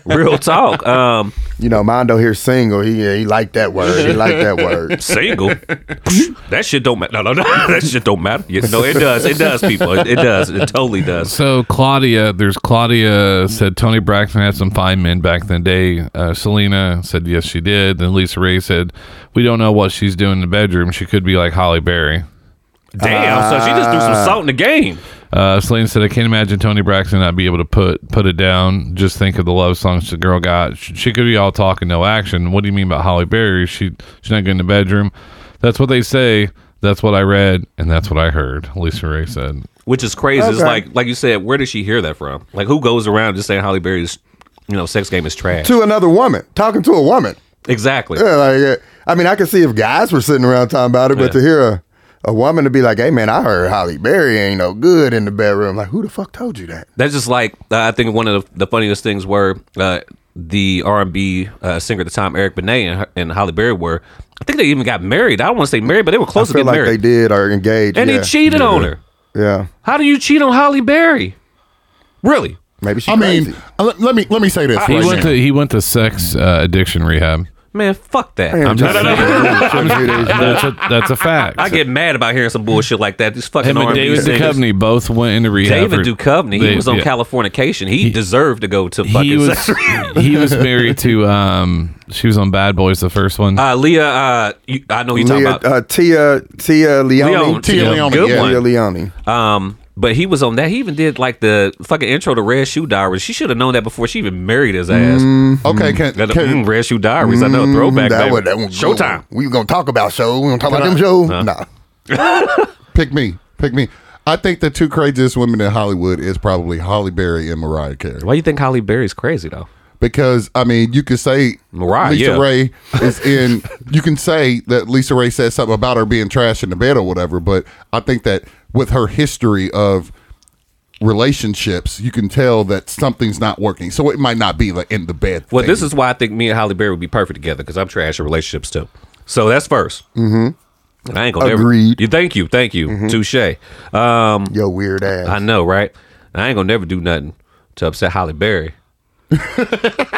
real talk. Um,
you know, Mondo here single. He yeah, he liked that word. He liked that word.
single. that shit don't matter. No, no, no. That shit don't matter. You know, it does. It does, people. It, it does. It totally does.
So Claudia, there's Claudia said Tony Braxton had some fine men back in the day. Uh, Selena said yes, she did. Then Lisa Ray said we don't know what she's doing in the bedroom. She could be like Holly Berry.
Damn. so she just threw
Ah.
some salt in the game.
Uh, Selena said I can't imagine Tony Braxton not be able to put put it down. Just think of the love songs the girl got. She, she could be all talk and no action. What do you mean by Holly Berry? She she's not good in the bedroom. That's what they say. That's what I read, and that's what I heard. Lisa Ray said.
Which is crazy. It's
Okay.
like, like you said, where did she hear that from? Like, who goes around just saying Holly Berry's, you know, sex game is trash?
to another woman, talking to a woman.
Exactly.
Yeah, like, yeah. I mean, I could see if guys were sitting around talking about it, but to hear a, a woman to be like, "Hey, man, I heard Holly Berry ain't no good in the bedroom." Like, who the fuck told you that?
That's just like uh, I think one of the, the funniest things were uh, the R and B uh, singer at the time, Eric Benet and, her- and Holly Berry were. I think they even got married. I don't want to say married, but they were close
I
to
feel
getting
like they
married.
did or engaged.
and
yeah.
he cheated on her.
Yeah,
How do you cheat on Holly Berry? Really?
maybe she.
I mean,
crazy.
uh, let, let me let me say this.
He
right
went
now.
to he went to sex uh, addiction rehab.
Man, fuck that.
I'm just
That's a, that's a fact.
I get mad about hearing some bullshit like that. These fucking
Him
R
and
and B
David
singers.
Duchovny both went into rehab.
David
for-
Duchovny, he
they-
was on
yeah.
Californication. He, deserved to go to fucking
He was
sex.
he was married to um she was on Bad Boys the first one.
Uh, Leah, uh, you, I know you talking
Leah,
about
uh, Tia Tia Leone.
Leone.
Tia Leone,
Good
yeah.
one.
Tia Leone.
Um, but he was on that. He even did like the fucking intro to Red Shoe Diaries. She should have known that before she even married his ass.
Okay, can,
Got the,
can, mm,
mm, Red Shoe Diaries. I know throwback.
Mm. that
baby.
one, that one good one.
Showtime.
We gonna talk about show. We gonna talk about them show. Nah.
pick me, pick me. I think the two craziest women in Hollywood is probably Holly Berry and Mariah Carey.
Why you think Holly Berry's crazy though?
because I mean, you could say
Mariah,
Lisa
yeah.
Ray is in. you can say that Lisa Ray said something about her being trash in the bed or whatever, but I think that with her history of relationships, you can tell that something's not working. So it might not be like in the bed.
Well,
thing.
this is why I think me and Holly Berry would be perfect together because I'm trash at relationships too. So that's 1st Mm-hmm. And I ain't gonna
Agreed. Mm-hmm.
Never, you thank you, thank you, touche. Um,
Yo, weird ass.
I know, right? I ain't gonna never do nothing to upset Holly Berry.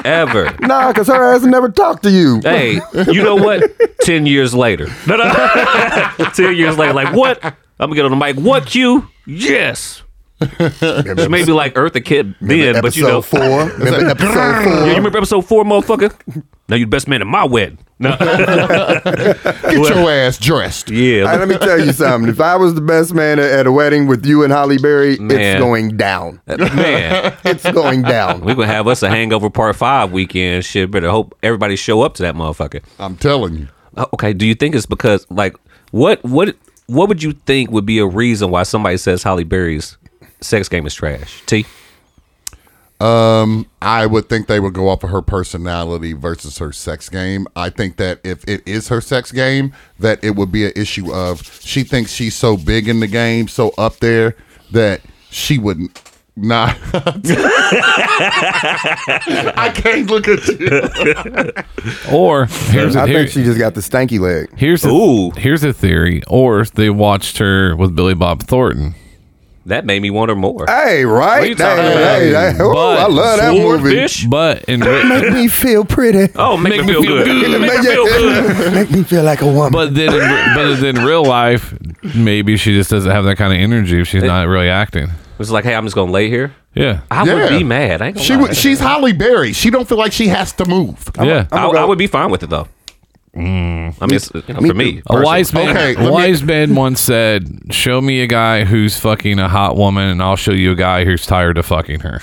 Ever.
Nah, cause her ass never talked to you.
Hey, you know what? Ten years later. No, no. Ten years later, like what? I'm gonna get on the mic. What Q? Yes. Which may be like Earth a kid then, but you know,
episode four. Remember episode
Yeah, you
four?
remember episode four, motherfucker? Now you the best man at my wedding. No.
Get your ass dressed.
yeah.
Hey, let me tell you something. If I was the best man at- at a wedding with you and Holly Berry,
Man.
it's going down.
Man,
It's going down.
we gonna have us a hangover part five weekend. Shit, better hope everybody show up to that motherfucker.
I'm telling you.
Uh, Okay, do you think it's because like what what what would you think would be a reason why somebody says Holly Berry's sex game is trash? T.
I would think they would go off of her personality versus her sex game. I think that if it is her sex game, that it would be an issue of she thinks she's so big in the game, so up there that she wouldn't. Nah, I can't look at you.
Or here's
I
a, here,
think she just got the stanky leg.
here's a,
Ooh.
here's a theory. Or they watched her with Billy Bob Thornton.
That made me want her more.
Hey,
What you
right?
talking about?
Hey, hey, hey. Ooh,
But
I love that
Sword
movie.
fish?
But in re-
Make me feel pretty.
Oh, make, me feel, good. Make me feel good.
Make me feel like a woman.
but then in, but then in real life, maybe she just doesn't have that kind of energy if she's not really acting.
It's like, hey, I'm just gonna lay here.
Yeah.
I would
Yeah.
be mad. I ain't gonna
She
lie.
would. She's Holly Berry. She don't feel like she has to move.
yeah.
I,
gonna
I
go-
would be fine with it though.
Mm.
I mean, it's, you know, for me,
A wise man,
Okay, let
a
me-
wise man once said, "Show me a guy who's fucking a hot woman, and I'll show you a guy who's tired of fucking her."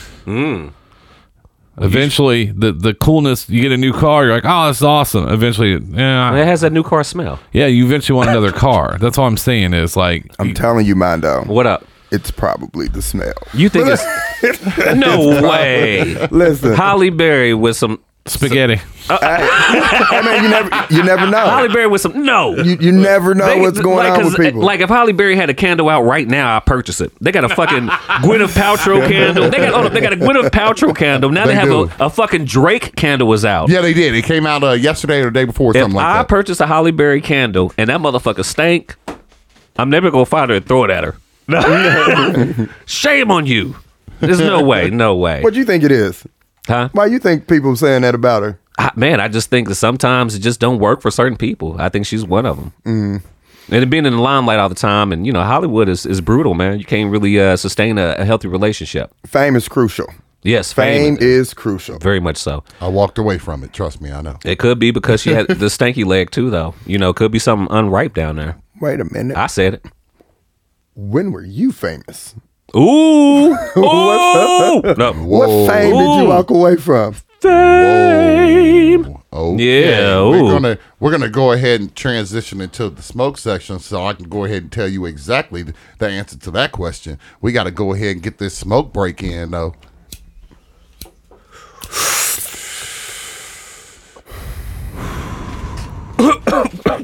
Eventually, the the coolness. You get a new car. You're like, "Oh, this is awesome." Eventually,
Oh. it
yeah,
has that new car smell.
yeah. You eventually want another car. That's all I'm saying is like,
I'm telling you, Mondo,
What up?
it's probably the smell.
You think it's no way?
Listen,
Holly Berry with some
spaghetti.
I mean, you never, you never
Holly
know.
Berry with some no.
You, you never know
They-
what's going
like,
on
'cause, uh,
with people.
Like if Holly Berry had a candle out right now, I purchase it. They got a fucking Gwyneth Paltrow candle. They got oh, they got a Gwyneth Paltrow candle. Now they,
They
have
do.
a, a fucking Drake candle was out.
Yeah, they did. It came out uh, yesterday or the day before,
if
something like
I
that.
purchase a Holly Berry candle and that motherfucker stank, I'm never gonna find her and throw it at her. Shame on you. There's no way, no way.
what do you think it is?
Huh?
Why you think people saying that about her?
I, man, I just think that sometimes it just don't work for certain people. I think she's one of them. And being in the limelight all the time, and you know, Hollywood is, is brutal, man. You can't really uh, sustain a, a healthy relationship.
Fame is crucial.
Yes, fame,
Fame is crucial.
very much so.
I walked away from it. Trust me, I know.
It could be because she had the stanky leg too, though. You know, it could be something unripe down there.
Wait a minute.
I said it.
when were you famous?
Ooh, ooh, no.
Whoa.
What fame did you
Ooh.
walk away from?
fame.
Oh
Yeah, ooh.
We're gonna we're gonna go ahead and transition into the smoke section, so I can go ahead and tell you exactly th- the answer to that question. We got to go ahead and get this smoke break in, though.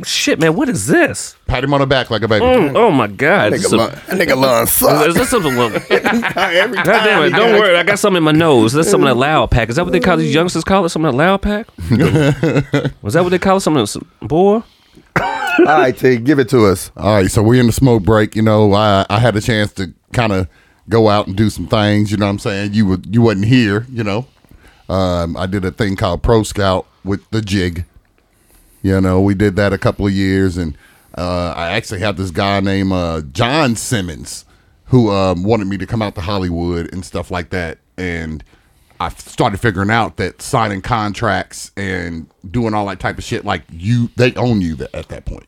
Shit, man, what is this?
Pat him on the back like a baby.
Oh my god, is
Nigga,
this, a-
lung, nigga lung
is
sucks.
this something?
Every
God damn it!
time he
Don't
got-
worry, I got something in my nose. That's something that loud pack. Is that what they
Mm.
call these youngsters? Call it something that loud pack? Was that what they call it? Something, that's- boy?
All right, T, give it to us.
All right, so we're in the smoke break. You know, I I had a chance to kind of go out and do some things. You know what I'm saying? You were you wasn't here. You know, um, I did a thing called Pro Scout with the jig. You know, we did that a couple of years, and uh, I actually had this guy named uh, John Simmons who um, wanted me to come out to Hollywood and stuff like that. And I started figuring out that signing contracts and doing all that type of shit, like you, they own you th- at that point.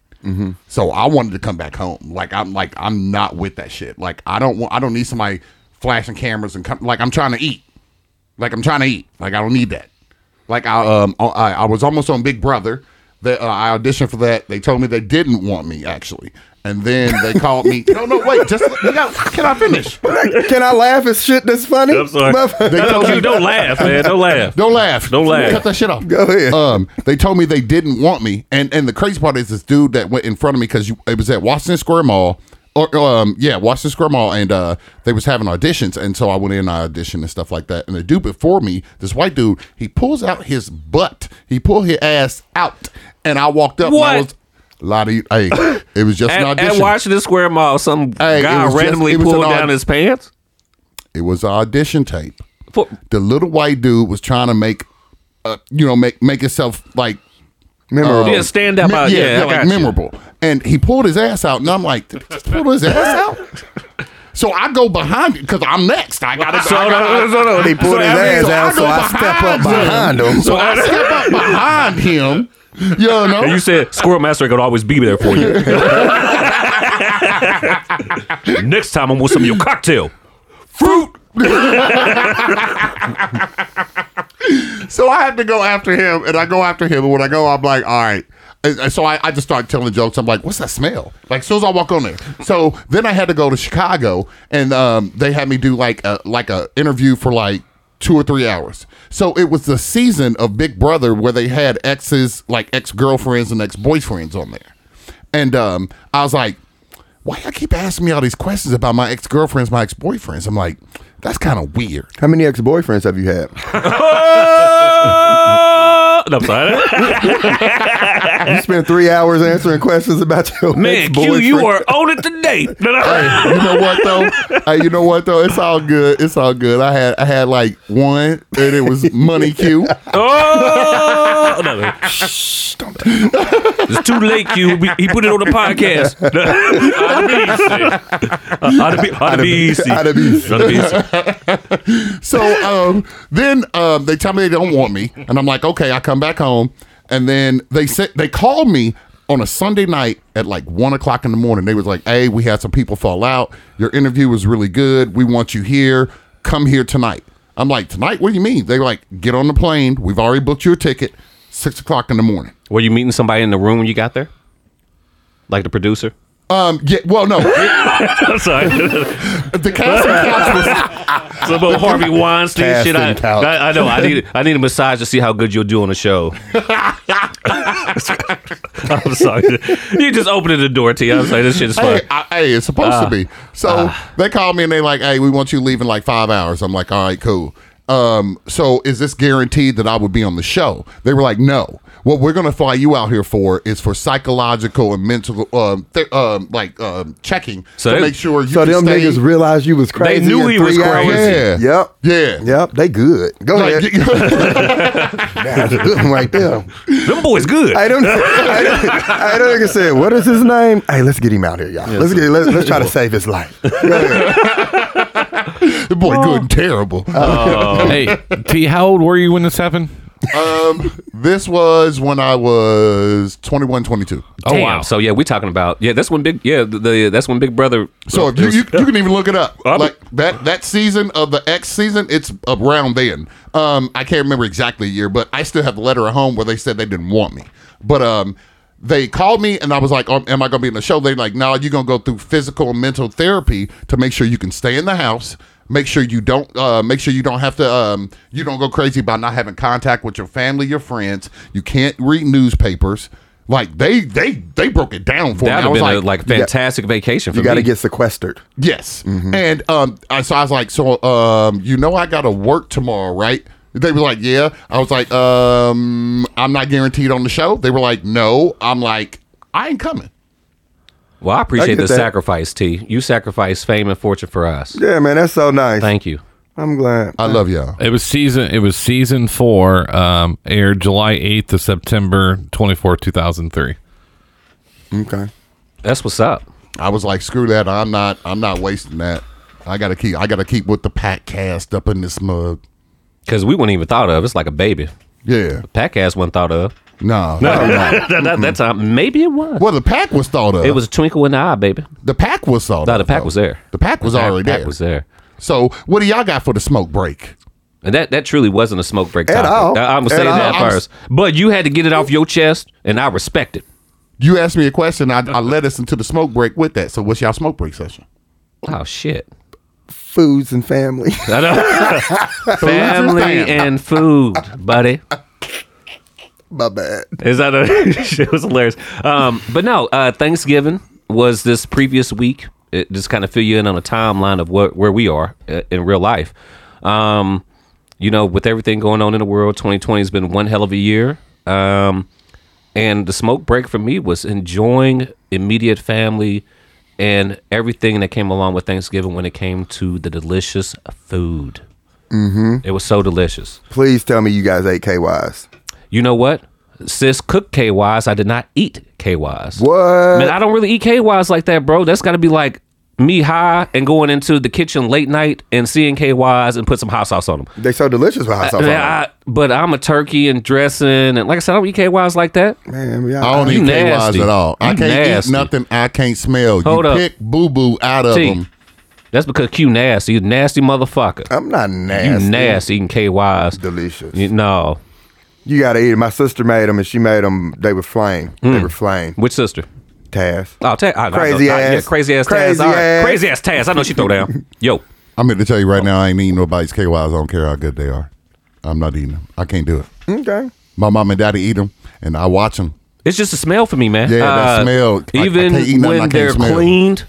So I wanted to come back home. Like I'm like I'm not with that shit. Like I don't want. I don't need somebody flashing cameras and come. Like I'm trying to eat. Like I'm trying to eat. Like I don't need that. Like I um I, I was almost on Big Brother. That uh, I auditioned for that. They told me they didn't want me actually, and then they called me. No, no, wait. Just you got, can I finish?
Can I laugh at shit that's funny?
I'm sorry.
Motherfucker.
They told me
don't laugh, man. Don't laugh.
Don't laugh.
Don't laugh.
Cut that shit off.
Go ahead.
Uh,
Um, they told me they didn't want me, and and the crazy part is this dude that went in front of me because it was at Washington Square Mall. or um, yeah, Washington Square Mall, and uh, they was having auditions, and so I went in, I auditioned and stuff like that. And the dude before me, this white dude, he pulls out his butt, he pulled his ass out, and I walked up. And I
What?
was, a lot of you- hey, it was just an
At,
audition.
at Washington Square Mall, some
Hey, it
guy
was just-
randomly
it was an
pulled
aud-
down his pants.
it was an audition tape.
For,
The little white dude was trying to make, uh, you know, make make himself like
Memorable.
yeah, stand up
Me-
out. Yeah, I
like
got you.
memorable. And he pulled his ass out, and I'm like, "Did he just pull his ass out. So I go behind it because I'm next. I gotta.
So,
I
no,
gotta-
no, no, no.
He pulled
So
his
I mean,
ass
so I
out, so
go
I step up
behind
behind him.
So I step up behind him. You know,
And you said Squirrel Master could always be there for you. Next time I'm with some of your cocktail.
fruit. so I had to go after him, and I go after him, and when I go, I'm like, all right. And- and so I, I just start telling jokes. I'm like, what's that smell? Like, as soon as I walk on there. So then I had to go to Chicago, and um, they had me do like a like a interview for like two or three hours. So it was the season of Big Brother where they had exes, like ex girlfriends and ex boyfriends on there, and um, I was like, why y'all keep asking me all these questions about my ex girlfriends, my ex boyfriends? I'm like, that's kind of weird.
How many ex boyfriends have you had?
Oh! No, I'm sorry.
You spent three hours answering questions about your
Man, Q,
ex-boyfriend.
you are on it today.
hey, you know what though? Hey, you know what though? It's all good. It's all good. I had I had like one, and it was money Q.
Oh! No, no. It's too late, Q. We- He put it on the podcast. I'd be easy. I'd be easy.
I'd be easy.
I'd be easy.
So um, then um, they tell me they don't want me, and I'm like, okay, I come back home, and then they said they called me on a Sunday night at like one o'clock in the morning. They was like, hey, we had some people fall out. Your interview was really good. We want you here. Come here tonight. I'm like, tonight? What do you mean? They were like, get on the plane. We've already booked your ticket. Six o'clock in the morning.
Were you meeting somebody in the room when you got there? Like the producer?
Um, yeah, well, no,
I'm sorry.
the casting couch was
Some about Harvey Weinstein shit. I,
Casting couch.
I, I know. I need I need a massage to see how good you'll do on the show. I'm sorry. You just opened the door to you. I'm sorry. This shit is fun.
Hey, I, hey, it's supposed to be.
Ah.
So they called me and they like, hey, we want you to leave in like five hours. I'm like, all right, cool. Um, so is this guaranteed that I would be on the show? They were like, no. What we're gonna fly you out here for is for psychological and mental, um, th- um like um, checking
So
to
they-
make sure you
So
can
them
stay.
niggas realized you was crazy.
knew
in
he was
three
crazy.
hours?
Yeah.
Yep.
Yeah.
Yep. They good. Go
Like,
ahead. That's a good one right there.
Them boys good.
I don't. I don't. I don't think I said what is his name. Hey, let's get him out here, y'all. let's get. Let's, let's try to save his life.
the boy, good and terrible.
Uh.
Oh.
hey, T, how old were you when this happened?
um, this was when I was 21, 22.
Oh,
Damn.
wow.
So yeah, we're talking about yeah. That's when big yeah. The, the that's when Big Brother.
So if you, you you can even look it up.
I'm-
Like that that season of the X season, it's around then. Um, I can't remember exactly the year, but I still have the letter at home where they said they didn't want me. But um, they called me and I was like, um, "Am I going to be in the show?" They're like, "No, you're going to go through physical and mental therapy to make sure you can stay in the house." Make sure you don't. Uh, make sure you don't have to. Um, you don't go crazy by not having contact with your family, your friends. You can't read newspapers. Like they, they, they broke it down for
That
me. I
would have
was
been a,
like,
like fantastic vacation for
You got to
me.
get sequestered.
Yes.
Mm-hmm.
And um, I, so I was like, so um, you know, I got to work tomorrow, right? They were like, yeah. I was like, um, I'm not guaranteed on the show. They were like, no. I'm like, I ain't coming.
well, I
I
appreciate
get
the
that.
sacrifice, T. You sacrificed fame and fortune for us.
Yeah, man, that's so nice.
Thank you.
I'm glad.
I love y'all.
It was season. It was season four. Um, aired July eighth to September twenty four, two thousand three.
Okay.
That's what's up.
I was like, screw that. I'm not. I'm not wasting that. I gotta keep. I gotta keep with the pack cast up in this mug.
Because we wouldn't even thought of. It's like a baby.
Yeah.
Pack ass wasn't thought of.
No. Oh, No. no.
that, that, that time, maybe it was.
Well, the pack was thought of.
It was a twinkle in the eye, baby.
the pack was thought
No,
of.
the pack
though.
was there.
The pack was already
pack
there.
was there.
So, what do y'all got for the smoke break?
And that, that truly wasn't a smoke break
At
topic.
all.
I, am gonna
At
say
all.
that
I'm s-
first. But you had to get it off your chest, and I respect it.
You asked me a question. I, I led us into the smoke break with that. So, what's y'all smoke break session?
Oh shit!
Foods and family.
I know. Family
fam.
and food, buddy.
My bad.
Is that a? shit was hilarious. Um, but no, uh, Thanksgiving was this previous week. it just kind of fill you in on a timeline of what where we are uh, in real life. Um, you know, with everything going on in the world, 2020 has been one hell of a year. Um, and the smoke break for me was enjoying immediate family and everything that came along with Thanksgiving when it came to the delicious food. Mm-hmm. It was so delicious.
Please tell me you guys ate KYs.
You know what? Sis cooked KYs. I did not eat KYs.
What?
Man, I don't really eat KYs like that, bro. That's got to be like me high and going into the kitchen late night and seeing KYs and put some hot sauce on them.
They so delicious with hot sauce. on
Man,
them.
I, but I'm a turkey and dressing and like I said, I don't eat KYs like that.
Man, yeah,
I don't
I-
eat
You
KYs
nasty.
at all. I
You
can't
nasty.
eat nothing. I can't smell.
Hold
you
up.
pick boo boo out of
See,
them.
that's because Q nasty. You nasty motherfucker.
I'm not
You
nasty.
nasty eating KYs.
Delicious.
You, no.
You gotta eat it. My sister made them, and she made them. They were flame. They were flame.
Which sister?
Taz.
Oh, Taz. I- I know-
Crazy
I- yeah,
ass.
crazy ass
Crazy
Taz. All right.
ass.
Crazy ass Taz. I know she throw down. Yo.
I'm here to tell you right now, I ain't eating nobody's KYs. I don't care how good they are. I'm not eating them. I can't do it.
Okay.
My mom and daddy eat them, and I watch them.
It's just a smell for me, man. Uh,
Yeah, that smell. I- I
Even
can't eat nothing I
when
can't
they're
smell.
cleaned,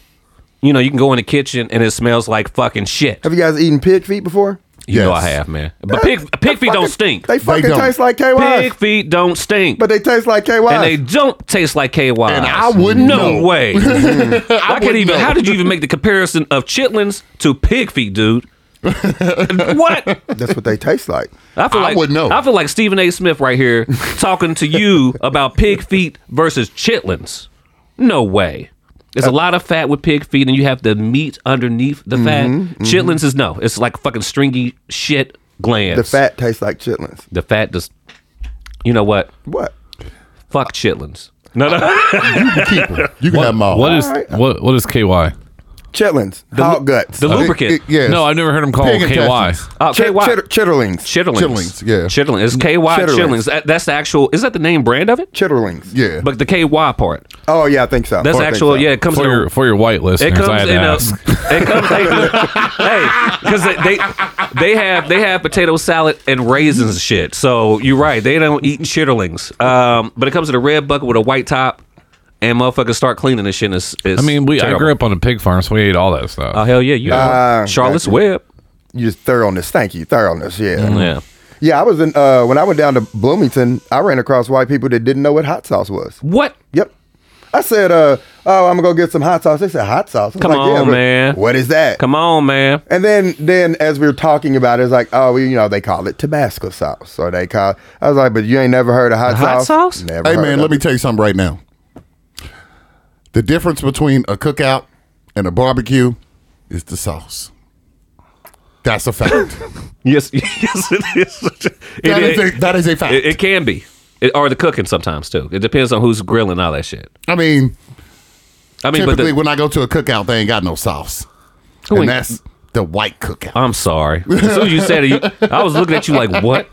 you know, you can go in the kitchen and it smells like fucking shit.
Have you guys eaten pig feet before?
You know I
Yes.
have, man. But pig, pig feet
Fucking-
don't stink.
They fucking
don't.
taste like KY.
Pig feet don't stink.
But they taste like KY.
and they don't taste like KY.
And I wouldn't
No
know. Mm-hmm.
way. I,
wouldn't
can't even.
know.
How did you even make the comparison of chitlins to pig feet, dude? what?
That's what they taste like.
I feel
I
like
wouldn't know.
I feel like Stephen A. Smith right here talking to you about pig feet versus chitlins. No way. There's a lot of fat with pig feet, and you have the meat underneath the fat. Chitlins is no. It's like fucking stringy shit glands.
The fat tastes like chitlins.
The fat just. You know what?
What?
Fuck chitlins. No, no.
You keep 'em. You can have them all.
What is
Alright.
what what is KY?
Chitlins. Hog guts.
The lubricant.
It- it- yes.
No, I've never heard him called
Pig
KY.
intestines.
Oh,
Chit-
KY.
chitter- chitterlings.
Chitterlings.
Chitterlings, yeah.
Chitterlings. It's KY
Chitterlings.
Chitterlings. That, that's the actual, is that the name brand of it?
Chitterlings.
Yeah.
But the KY part.
Oh yeah, I think so.
That's
I think
actual,
so.
yeah, it comes
For
in a-
your for your white listeners,
it
I
comes
had
in
to
a,
ask.
it comes, hey, dude. hey, because they, they, they have, they have potato salad and raisins and shit. So you're right. They don't eat chitterlings. Um, but it comes in a red bucket with a white top and motherfuckers start cleaning this shit. And it's, it's
I mean, we I
terrible.
grew up on a pig farm, so we ate all that stuff.
Oh, hell yeah. You
Ah,
Charlotte's
gotcha.
Web.
You just thoroughness. Thank you, thoroughness. Yeah.
Mm,
Mm.
Yeah.
Yeah, I was in uh, when I went down to Bloomington. I ran across white people that didn't know what hot sauce was.
What?
Yep. I said, uh, "Oh, I'm gonna go get some hot sauce." They said, "Hot sauce." I was
Come on,
but
man.
What is that?
Come on, man.
And then, then as we were talking about it, it's like, oh, we, you know, they call it Tabasco sauce, or they call. I was like, but you ain't never heard of hot
Hot
sauce.
sauce?
Never.
Hey
heard
man,
of
let me
it.
tell you something right now. The difference between a cookout and a barbecue is the sauce. That's a fact.
Yes, yes, it is. It,
that, is
it,
a, that is a fact.
it- it can be, it, or the cooking sometimes too. It depends on who's grilling all that shit.
I mean,
I mean, but
typically
the,
when I go to a cookout, they ain't got no sauce,
who
and
ain't-
that's the white cookout.
I'm sorry. As soon as you said it, you, I was looking at you like, what?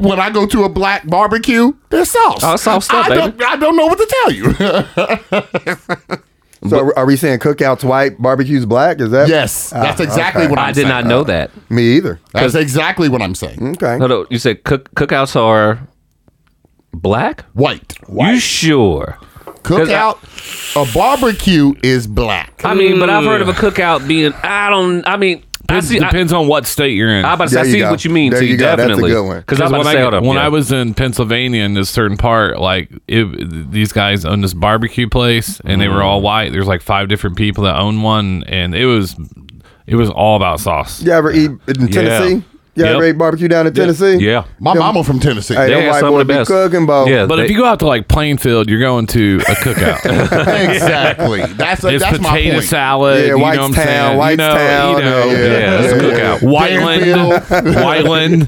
when I go to a black barbecue, there's sauce.
Oh, it's sauced up,
I don't, I don't know what to tell you.
So, are we saying cookouts white, barbecues black? Is that
yes, that's exactly what I'm
I did
saying.
not know that.
Me either.
That's exactly what I'm saying.
Okay.
No, no, you said cook, cookouts are black.
White
You sure?
cookout, a barbecue is black.
I mean, but I've heard of a cookout being. I don't. I mean, I
Mm. Depends,
see. I,
depends on what state you're in.
I about to say, I
There you
see
go.
what you mean.
There
T,
you go. That's a
definitely.
good one.
Because I'm about
when,
to say,
I,
hold up,
when
yeah.
I was in Pennsylvania in this certain part, like it, these guys owned this barbecue place and they
Mm.
were all white. There's like five different people that own one, and it was it was all about sauce.
You ever eat in Tennessee? You ever
Yep.
eat barbecue down in Tennessee?
yeah.
My mama from Tennessee.
Hey,
They
them
got
white
some of
boy
the
be
best.
cooking, bo.
Yeah.
But if
They-
you go out to like Plainfield, you're going to a cookout.
exactly. That's a,
it's
that's my
potato
point.
salad.
Yeah,
you know what I'm
Whitestown,
saying? You know,
Whitestown,
you know,
yeah,
yeah,
yeah,
it's a
yeah,
cookout. Whiteland,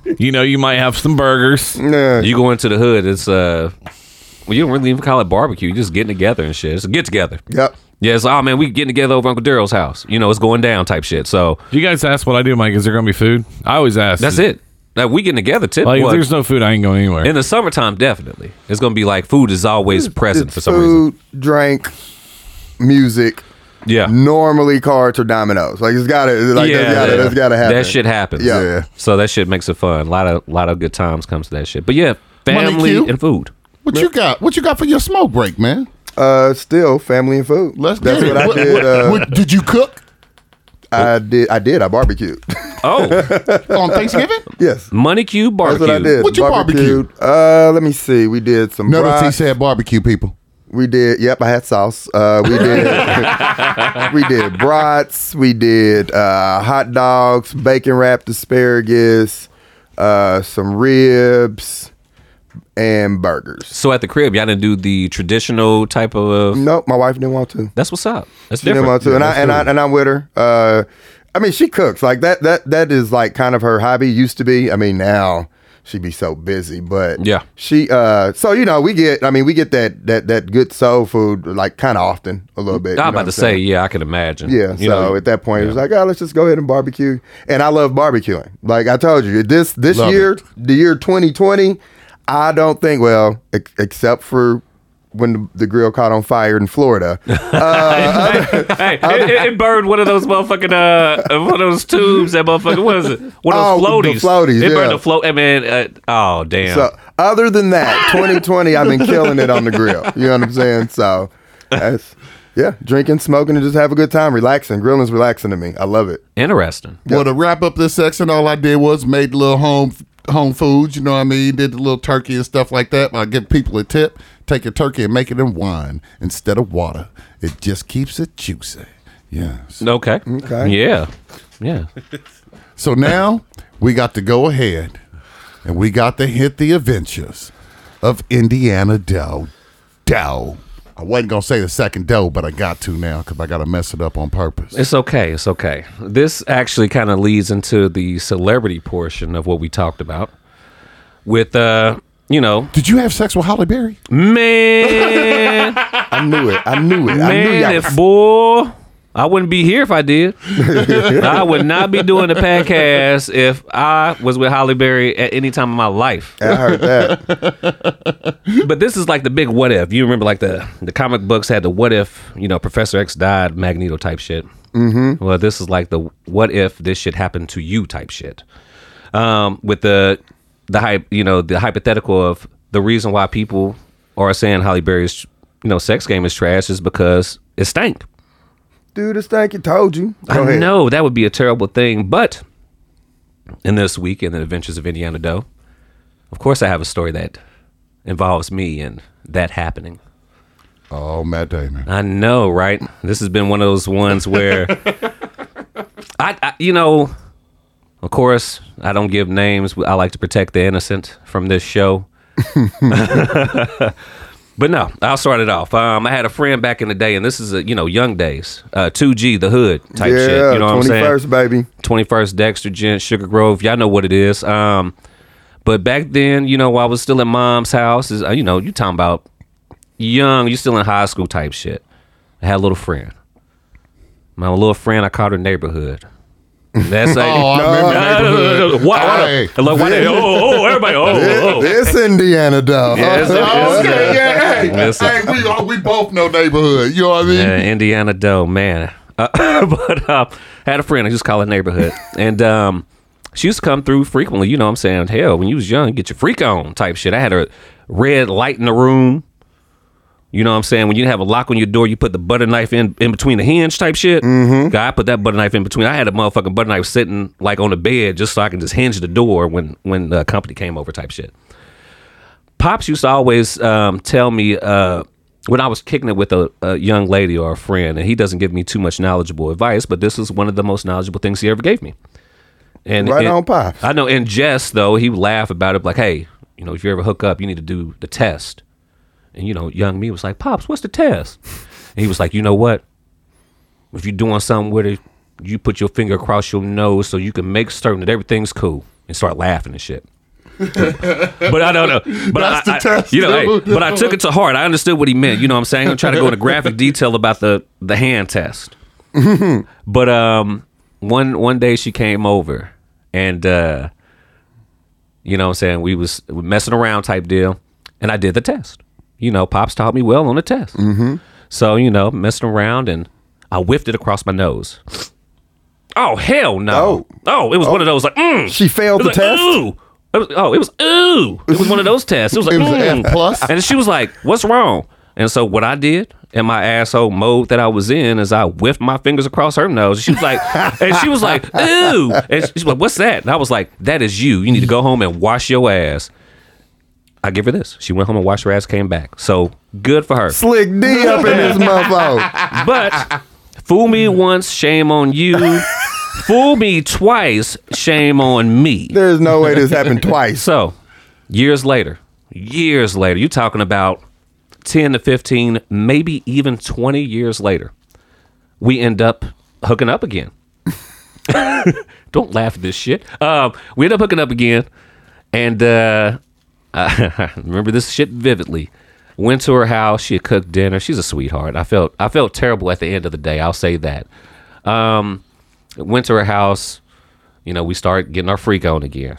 Whiteland. You know, you might have some burgers.
Yeah.
You go into the hood, it's uh well, you don't really even call it barbecue. You just getting together and shit. It's a get together.
Yep.
Yeah, it's oh man, we getting together over Uncle Daryl's house. You know, it's going down type shit. So
You guys ask what I do, Mike. Is there going to be food? I always ask.
that's it. Like we getting together tip.
Like, if
well,
there's no food, I ain't going anywhere.
in the summertime, definitely. It's gonna be like food is always present for some reason.
Food, drink, music.
Yeah.
Normally cards or dominoes. Like it's gotta like that's gotta that's gotta happen.
That shit happens.
Yeah. Yeah.
So that shit makes it fun. A lot of lot of good times comes to that shit. But yeah,
Money
family
Q?
and food.
What you got? What you got for your smoke break, man?
Uh, still family and food.
Let's
That's
get it.
what I did. Uh,
What- did you cook
I did. I did. I barbecued.
Oh,
on Thanksgiving?
yes,
Money Cube
that's
Barbecue.
what I did.
What you barbecued?
Barbecued. Uh, let me see. We did some.
Another T
brats.
said barbecue people.
We did. Yep, I had sauce. Uh, we did. we did brats. We did uh, hot dogs, bacon wrapped asparagus, uh, some ribs, and burgers.
So at the crib, y'all didn't do the traditional type of.
Nope, my wife didn't want to.
That's what's up. That's
She didn't
different.
want to, and I and I and I'm with her. Uh, I mean, she cooks like that. That that is like kind of her hobby. Used to be. I mean, now she be so busy, but
Yeah.
she. Uh, so you know, we get. I mean, we get that that that good soul food like kind of often a little bit.
Mm, I was
you know what
about
I'm
to
saying?
say, yeah, I can imagine.
Yeah.
You
so
know,
at that point, it was like, oh, let's just go ahead and barbecue. And I love barbecuing. Like I told you, this this
Love
year, the year 2020, I don't think. Well, ex- except for when the, the grill caught on fire in Florida.
hey, it, it, it burned one of those motherfucking uh, one of those tubes. That motherfucker what was it? One of those
Oh, the
floaties.
floaties,
It burned
yeah.
a float. I mean, uh, oh damn.
So other than that, 2020, I've been killing it on the grill. You know what I'm saying? So that's yeah, drinking, smoking, and just have a good time, relaxing. Grilling's relaxing to me. I love it.
Interesting.
Well, to wrap up this section, all I did was made little home home foods. You know what I mean? Did the little turkey and stuff like that. I give people a tip: take your turkey and make it in wine instead of water. It just keeps it juicy. Yes.
Okay.
Okay.
Yeah. Yeah.
So now we got to go ahead, and we got to hit the adventures of Indiana Doe. Doe. I wasn't gonna say the second Doe, but I got to now because I got to mess it up on purpose.
It's okay. It's okay. This actually kind of leads into the celebrity portion of what we talked about with uh, you know,
Did you have sex with Holly Berry?
man.
I knew it. I knew it. I knew
Man,
y'all.
if boy, I wouldn't be here if I did. I would not be doing the podcast if I was with Holly Berry at any time in my life.
I heard that.
But this is like the big what if. You remember like the the comic books had the what if, you know, Professor X died, Magneto type shit. Mm-hmm. Well, this is like the what if this shit happened to you type shit. Um, with the the hype, you know, the hypothetical of the reason why people are saying Holly Berry's, you know, sex game is trash is because it stank.
Dude, this stank. You told you. Go
I
ahead.
know that would be a terrible thing, but in this week in the Adventures of Indiana Doe, of course, I have a story that involves me and that happening.
Oh, Matt Damon.
I know, right? This has been one of those ones where I, I, you know, of course, I don't give names. I like to protect the innocent from this show. but no, I'll start it off. Um, I had a friend back in the day, and this is a you know young days, uh, 2G, the hood type
yeah,
shit. You know what I'm saying?
21st, baby.
21st Dexter Gent, Sugar Grove. Y'all know what it is. Um, but back then, you know, while I was still at mom's house, is uh, you know, you talking about young, you still in high school type shit. I had a little friend. My little friend, I called her neighborhood. That's like,
Oh, I remember Neighborhood.
Why- why-
Hey.
look, why the- oh, oh, everybody, oh, oh, oh.
This Indiana dog.
Yes, it
Oh,
is.
okay, yeah, hey,
Listen.
hey, we all- we both know neighborhood. You know what I mean?
Yeah, Indiana Doe, man. Uh, but uh, had a friend, I just call her neighborhood. And um, she used to come through frequently. You know what I'm saying? Hell, when you was young, get your freak on type shit. I had a red light in the room. You know what I'm saying? When you have a lock on your door, you put the butter knife in, in between the hinge type shit. Mm-hmm. God, I put that butter knife in between. I had a motherfucking butter knife sitting like on the bed just so I can just hinge the door when when the company came over type shit. Pops used to always um, tell me uh, when I was kicking it with a, a young lady or a friend, and he doesn't give me too much knowledgeable advice, but this is one of the most knowledgeable things he ever gave me. And
Right
and-
on, Pops.
I know in jest though, he would laugh about it like, hey, you know, if you ever hook up, you need to do the test. And you know, young me was like, Pops, what's the test? And he was like, you know what? If you're doing something with it, you put your finger across your nose so you can make certain that everything's cool and start laughing and shit. but I don't know. But
That's
I,
the
I-
test,
you know, hey,
dude.
but I took it to heart. I understood what he meant. You know what I'm saying? I'm trying to go into graphic detail about the the hand test. but um, one one day she came over and uh, you know what I'm saying? We was messing around type deal. And I did the test. You know, Pops taught me well on the test. Mm-hmm. So, you know, messing around and I whiffed it across my nose. Oh, hell no. Oh, it was one of those like, mm.
She failed
It was
the
like,
test?
Ooh. It was, oh, it was ooh. It was one of the those tests. It was like
It was an
mm.
F plus?
And she was like, "What's wrong?" And so what I did in my asshole mode that I was in is I whiffed my fingers across her nose. She was like, and she was like, ooh. And she was like, what's that? And I was like, that is you. You need to go home and wash your ass. I give her this. She went home and washed her ass, came back. So good for her.
Slick D up in this motherfucker.
But fool me once, shame on you. fool me twice, shame on me.
There's no way this happened twice.
So, years later, years later, you're talking about 10 to 15, maybe even 20 years later, we end up hooking up again. Don't laugh at this shit. Um, we end up hooking up again. And uh, I remember this shit vividly. Went to her house. She had cooked dinner. She's a sweetheart. I felt I felt terrible at the end of the day. I'll say that. Um, went to her house. You know, we start getting our freak on again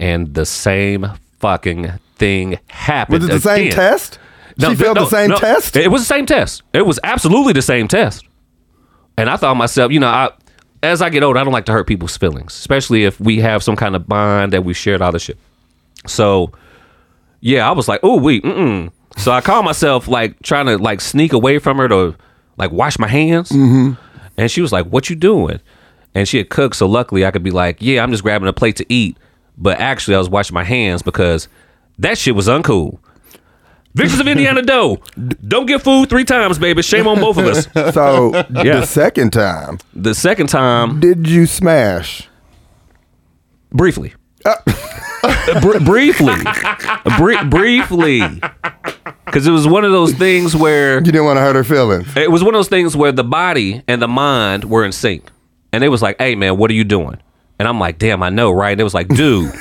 and the same fucking thing happened.
Was it the same
again.
test?
No,
she
th-
failed
no,
the same
no.
test?
It was the same test. It was absolutely the same test. And I thought myself, you know, I as I get older, I don't like to hurt people's feelings, especially if we have some kind of bond that we shared all this shit. So, yeah, I was like, oh wait, mm-mm. so I called myself like trying to like sneak away from her to like wash my hands, mm-hmm. and she was like, "What you doing?" And she had cooked, so luckily I could be like, "Yeah, I'm just grabbing a plate to eat," but actually I was washing my hands because that shit was uncool. Victims of Indiana Doe, don't get food three times, baby. Shame on both of us.
So
Yeah.
the second time,
The second time,
did you smash?
briefly. Br- briefly, Bri- briefly, because it was one of those things where
You didn't want to hurt her feelings.
It was one of those things where the body and the mind were in sync. And they was like, hey, man, what are you doing? And I'm like, damn, I know, right? And they was like, dude.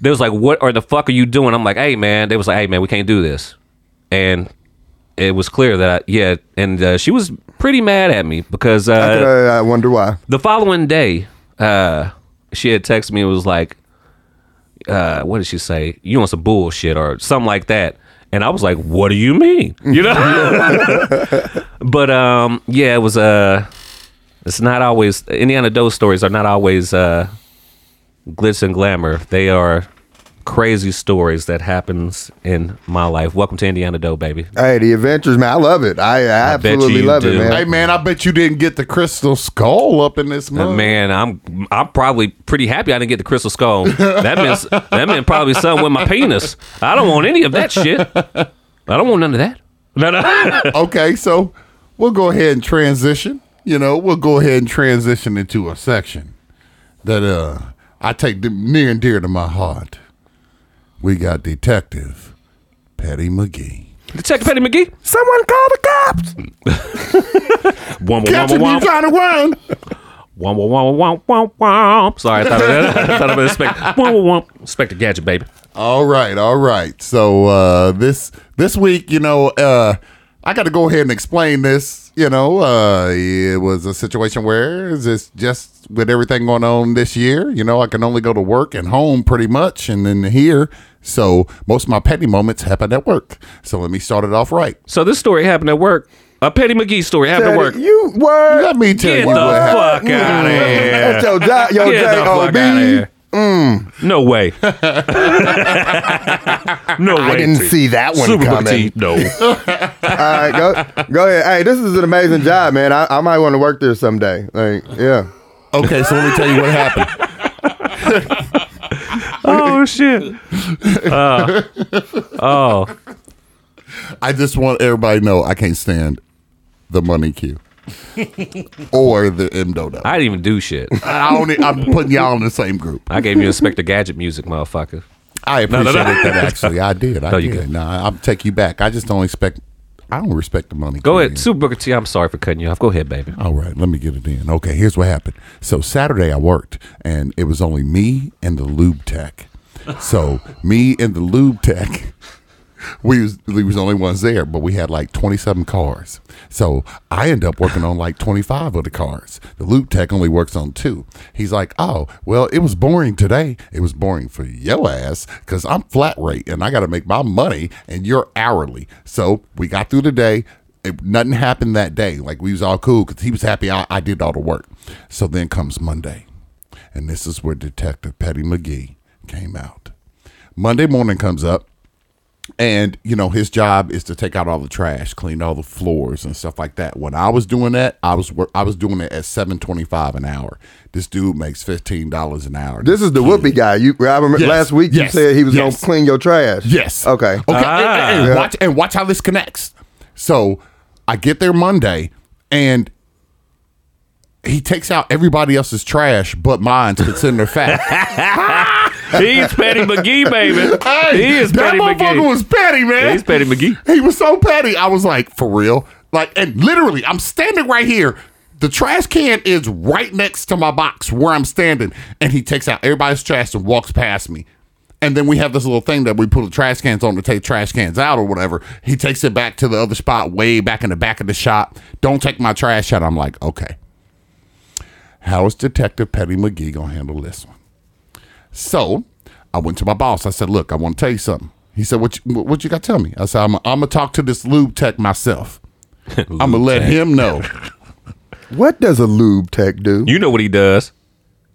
they was like, what or the fuck are you doing? I'm like, hey, man. They was like, hey, man, we can't do this. And it was clear that, I, yeah. And uh, she was pretty mad at me because
I,
uh,
could, uh, I wonder why.
the following day, uh, she had texted me and was like, uh, what did she say? You want some bullshit or something like that. And I was like, what do you mean? You know? but um, yeah, it was uh it's not always Indiana Doe stories are not always uh glitz and glamour. They are crazy stories that happens in my life. Welcome to Indiana Doe, baby.
Hey, the adventures, man. I love it. I, I
bet
absolutely
you
love it,
do.
man.
Hey man, I bet you didn't get the crystal skull up in this
Uh,
mug.
Man, I'm I'm probably pretty happy I didn't get the crystal skull. That means that meant probably something with my penis. I don't want any of that shit. I don't want none of that. No, no.
Okay, so we'll go ahead and transition. You know, we'll go ahead and transition into a section that uh I take the near and dear to my heart. We got Detective Petty McGee.
Detective Petty McGee.
Someone call the cops.
Womp,
Captain, you
womp, womp,
trying to run?
womp, womp, womp, womp, womp. Sorry, I thought of that. I thought of it. Inspector, womp, womp, womp. Inspector Gadget, baby.
All right, all right. So uh, this this week, you know, uh, I got to go ahead and explain this. You know, uh, it was a situation where is this just with everything going on this year. You know, I can only go to work and home pretty much, and then here. So most of my petty moments happen at work. So let me start it off right.
So this story happened at work. A Petty McGee story happened at work.
You were.
Let me tell
Get
you
the
what happened.
fuck out of here.
That's your job. Your
Get the fuck
J-O-B.
out of here. No way. no way.
I didn't see that one
Super
coming.
petite. No.
All right, go go ahead. Hey, this is an amazing job, man. I, I might want to work there someday. Like, yeah.
Okay, so let me tell you what happened.
oh shit. Uh, oh,
I just want everybody to know I can't stand the money cue or the M Dodo.
I didn't even do shit.
I don't, e- I'm putting y'all in the same group.
I gave you Inspector Gadget music, motherfucker.
I appreciate
no.
that. Actually, I did. I
No, you
did.
good.
No, I- I'll take you back. I just don't expect. I don't respect the money.
Go
coming
ahead,
in.
Super Booker T. I'm sorry for cutting you off. Go ahead, baby.
All right, let me get it in. Okay, here's what happened. So Saturday I worked, and it was only me and the lube tech. So me and the lube tech, we was we was the only ones there, but we had like 27 cars. So I end up working on like 25 of the cars. The lube tech only works on two. He's like, oh well, it was boring today. It was boring for your ass because I'm flat rate and I got to make my money, and you're hourly. So we got through the day it, nothing happened that day. Like we was all cool because he was happy I, I did all the work. So then comes Monday, and this is where Detective Petty McGee came out. Monday morning comes up. and you know his job is to take out all the trash, clean all the floors and stuff like that. When I was doing that, I was wor- I was doing it at seven twenty five an hour. This dude makes fifteen dollars an hour.
This is the whoopee guy. You I remember
Yes.
last week
Yes.
you said he was
Yes.
gonna clean your trash.
Yes.
Okay. Uh,
Okay.
Ah.
and, and watch and watch how this connects. So I get there Monday, and he takes out everybody else's trash but mine's considered fat.
He's Petty McGee, baby. he is
that
Petty
motherfucker
McGee.
was petty, man.
He's Petty McGee.
He was so petty. I was like, for real? Like, and literally, I'm standing right here. The trash can is right next to my box where I'm standing. And he takes out everybody's trash and walks past me. And then we have this little thing that we put the trash cans on to take trash cans out or whatever. He takes it back to the other spot, way back in the back of the shop. Don't take my trash out. I'm like, okay. How is Detective Petty McGee going to handle this one? So I went to my boss. I said, "Look, I want to tell you something." He said, "What you, what you got to tell me?" I said, "I'm, I'm gonna talk to this lube tech myself. I'm gonna let him know."
What does a lube tech do?
You know what he does.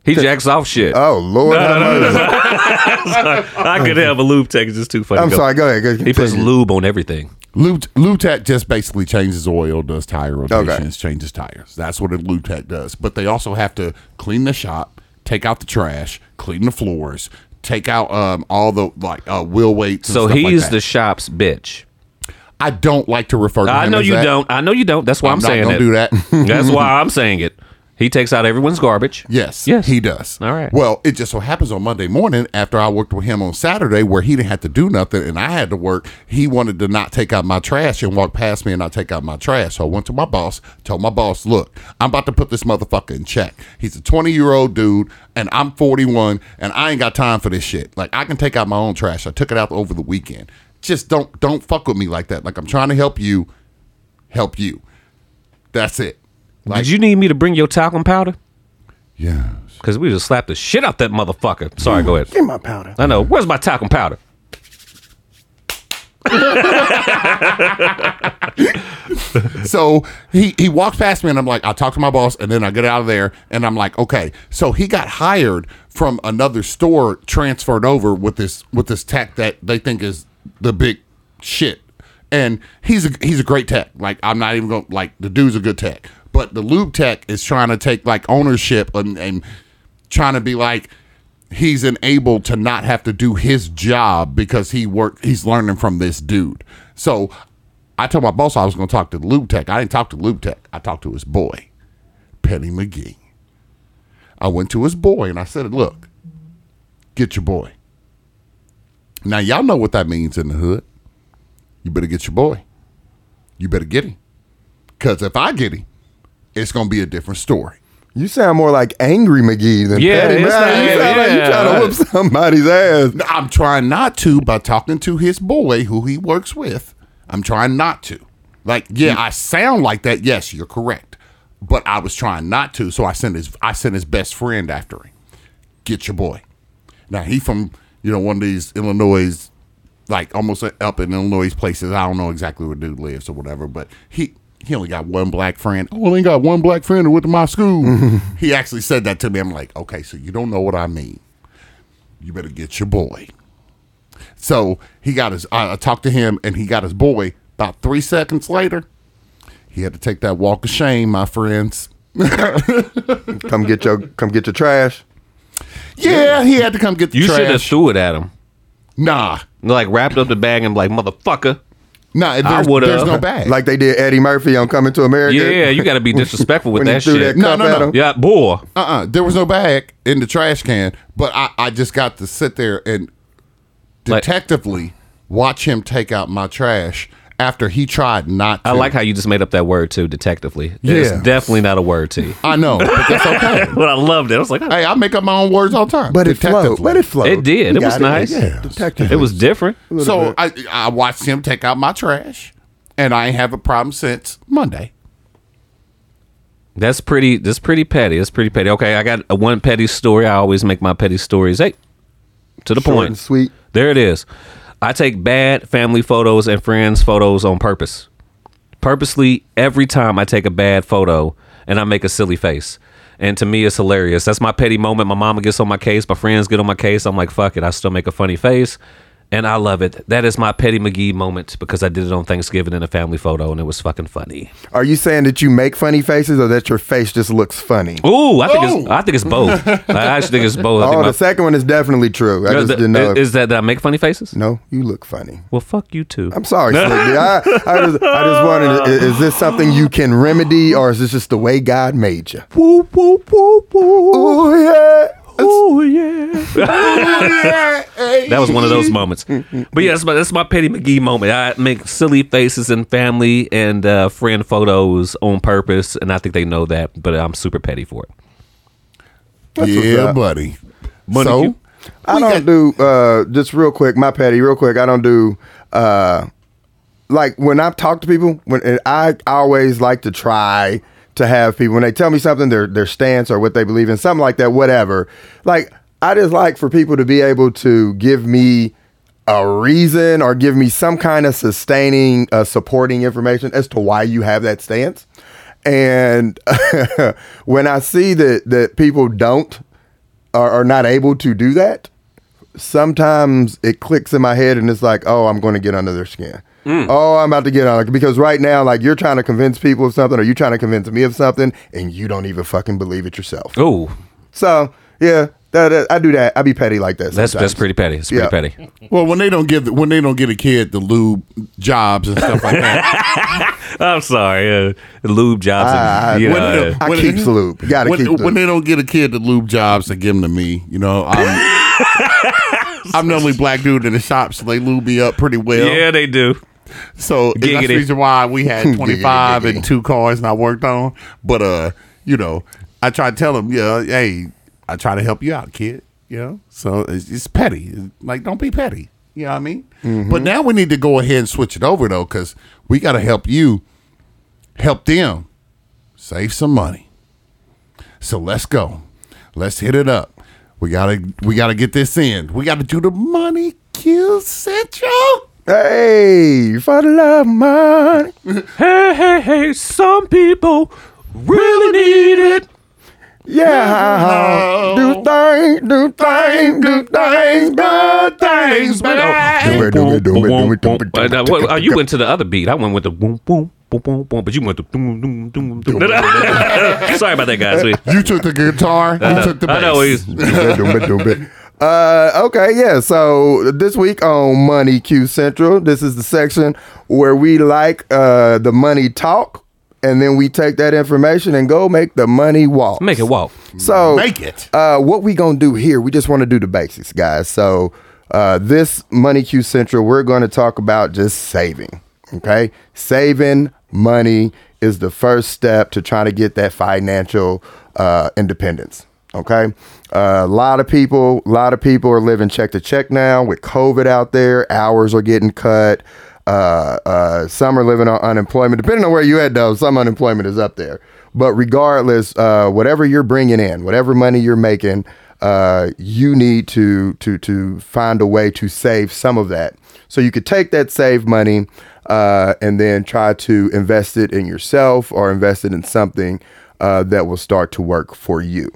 He jacks off shit.
oh Lord, have mercy.
I could have a lube tech. It's just too funny.
I'm
Go-
sorry. Go ahead. Go,
He puts
continue.
lube on everything.
Lube, lube tech just basically changes oil, does tire rotations,
Okay.
changes tires. That's what a lube tech does. But they also have to clean the shop, take out the trash, clean the floors, take out um, all the like uh, wheel weights. And
So
stuff like
he's
that.
the shop's bitch.
I don't like to refer. to
I
him
know
as
you
that.
don't. I know you don't. That's why I'm,
I'm not
saying
gonna
it.
do that.
That's why I'm saying it. He takes out everyone's garbage.
Yes.
Yes.
He does.
All right.
Well, it just so happens on Monday morning after I worked with him on Saturday where he didn't have to do nothing and I had to work, he wanted to not take out my trash and walk past me and not take out my trash. So I went to my boss, told my boss, look, I'm about to put this motherfucker in check. He's a 20 year old dude and I'm 41 and I ain't got time for this shit. Like I can take out my own trash. I took it out over the weekend. Just don't don't fuck with me like that. Like I'm trying to help you, help you. That's it. Like
Did you need me to bring your talcum powder?
yeah.
Because we just slapped the shit out that motherfucker. Sorry, go ahead.
Give me my powder.
I know. Where's my talcum powder?
So he he walks past me, and I'm like, I talk to my boss, and then I get out of there, and I'm like, okay. So he got hired from another store, transferred over with this with this tech that they think is the big shit, and he's a he's a great tech. Like I'm not even going to like the dude's a good tech, but the lube tech is trying to take like ownership and and trying to be like he's enabled to not have to do his job because he work he's learning from this dude. So I told my boss I was going to talk to the Lube Tech. I didn't talk to Lube Tech. I talked to his boy, Penny McGee. I went to his boy and I said, "Look, get your boy." Now y'all know what that means in the hood. You better get your boy. You better get him. Cuz if I get him, it's going to be a different story.
You sound more like angry McGee than
Yeah,
petty.
it's
Man.
not-
you sound like you
yeah.
trying to whoop somebody's ass.
I'm trying not to by talking to his boy who he works with. I'm trying not to. Like, yeah, I sound like that. Yes, you're correct. But I was trying not to, so I sent his I sent his best friend after him. Get your boy. Now he from, you know, one of these Illinois like almost up in Illinois places. I don't know exactly where dude lives or whatever, but he he only got one black friend. I only got one black friend who went to my school. he actually said that to me. I'm like, okay, so you don't know what I mean you better get your boy. So he got his, I, I talked to him and he got his boy. About three seconds later, he had to take that walk of shame, my friends.
Come get your come get your trash.
Yeah, he had to come get the
You should have
trash.
threw it at him.
Nah,
Like wrapped up the bag and like motherfucker.
nah,
I
there's,
would've.
there's no bag.
Like they did Eddie Murphy on Coming to America.
Yeah, you got to be disrespectful with
when he
that
threw
shit.
that
No,
cup
no,
at
no.
him.
yeah, boy.
uh-uh, there was no bag in the trash can, but I, I just got to sit there and
Like-
detectively watch him take out my trash after he tried not to.
I like how you just made up that word too, detectively. It's
Yeah.
definitely not a word to you.
I know, but that's okay.
But I loved it. I was like,
hey, I make up my own words all the time.
But it flowed.
Detectively.
But it flowed.
It did.
You
It was
got
nice.
Yeah, detective.
it was different.
So I, I watched him take out my trash, and I ain't have a problem since Monday.
That's pretty. That's pretty petty. That's pretty petty. Okay, I got a one petty story. I always make my petty stories. Hey, to the
Short
point.
and sweet.
There it is. I take bad family photos and friends photos on purpose. Purposely, every time I take a bad photo and I make a silly face. And to me, it's hilarious. That's my petty moment. My mama gets on my case. My friends get on my case. I'm like, fuck it. I still make a funny face. and I love it. That is my Petty McGee moment because I did it on Thanksgiving in a family photo, and it was fucking funny.
Are you saying that you make funny faces or that your face just looks funny?
Ooh, I think it's I think it's both. I actually think it's both. I
Oh,
think
the second one is definitely true. I
my-
just didn't know. if-
is that that I make funny faces?
no, you look funny.
Well, fuck you too.
I'm sorry, Slick D. I, I just, I just wondered, i- is, this something you can remedy or is this just the way God made you?
Woo woo woo woo.
Oh, yeah.
Oh yeah. That was one of those moments. But yeah, that's my that's my Petty McGee moment. I make silly faces in family and uh, friend photos on purpose, and I think they know that. But I'm super petty for it.
what's
yeah,
up.
buddy.
Money
so
Q.
I don't do uh just real quick, my patty, real quick, I don't do uh like when I talk to people, when and I always like to try to have people when they tell me something, their their stance or what they believe in, something like that, whatever. Like I just like for people to be able to give me a reason or give me some kind of sustaining, uh, supporting information as to why you have that stance. And when I see that that people don't are, are not able to do that, sometimes it clicks in my head and it's like, oh, I'm going to get under their skin.
Mm.
Oh, I'm about to get on because right now, like you're trying to convince people of something, or you're trying to convince me of something, and you don't even fucking believe it yourself.
Oh,
So yeah, that, that- I do that. I be petty like that.
that's
sometimes.
that's pretty petty. It's pretty
Yeah.
petty.
Well, when they don't give when they don't get a kid the lube jobs and stuff like that.
I'm sorry, uh, lube jobs.
I- I-
and, you know,
when-
uh,
I
When-
keep Ah, the loop. Gotta
when,
keep the
when
loop.
they don't get a kid the lube jobs, they give them to me. You know, I'm I'm the only black dude in the shop, so they lube me up pretty well.
yeah, they do.
So and that's the
Giggity.
reason why we had 25
Giggity, giggity.
and two cars and I worked on. But, uh, you know, I try to tell them, yeah, hey, I try to help you out, kid. You know, so it's, it's petty. It's like, don't be petty. You know what I mean? But now we need to go ahead and switch it over, though, because we got to help you help them save some money. So let's go. Let's hit it up. We gotta we gotta get this in. We gotta do the money kill central.
Hey, for the love of money,
Hey, hey, hey! Some people really need it.
yeah, ha, ha. do things, do things, do things, good things,
but
oh, Do it, do it, do it, do it, do it, do
Uh,
it.
now, what- uh, you went to the other beat. I went with the boom, boom, boom, boom, boom. But you went to boom, boom, boom, boom. Sorry about that, guys. We,
You took the guitar. You took the bass.
I know he's
uh, okay, yeah. So this week on Money Q Central, this is the section where we like uh, the money talk, and then we take that information and go make the money walk.
make it walk.
So
Make it.
Uh, what we gonna do here? We just want to do the basics, guys. So uh, this Money Q Central, we're going to talk about just saving. Okay, saving money is the first step to trying to get that financial uh, independence. Okay, a lot of people, a lot of people are living check to check now with COVID out there. Hours are getting cut. Uh, uh, some are living on unemployment. Depending on where you at, though, some unemployment is up there. But regardless, uh, whatever you're bringing in, whatever money you're making, uh, you need to to to find a way to save some of that. So you could take that saved money uh, and then try to invest it in yourself or invest it in something uh, that will start to work for you.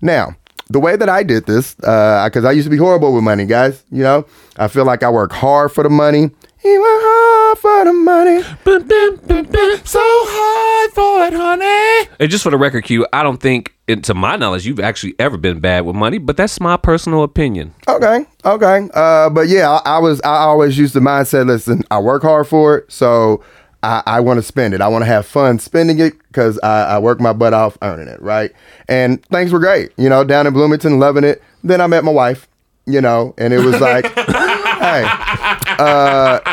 Now, the way that I did this, because I used to be horrible with money, guys. You know, I feel like I work hard for the money. He work hard for the money.
So hard for it, honey.
And just for the record, Q, I don't think, and to my knowledge, you've actually ever been bad with money. But that's my personal opinion.
Okay, okay. Uh, but yeah, I, I was. I always used the mindset. Listen, I work hard for it, so I, I want to spend it. I want to have fun spending it because I, I work my butt off earning it, right? And things were great, you know, down in Bloomington, loving it. Then I met my wife, you know, and it was like, hey,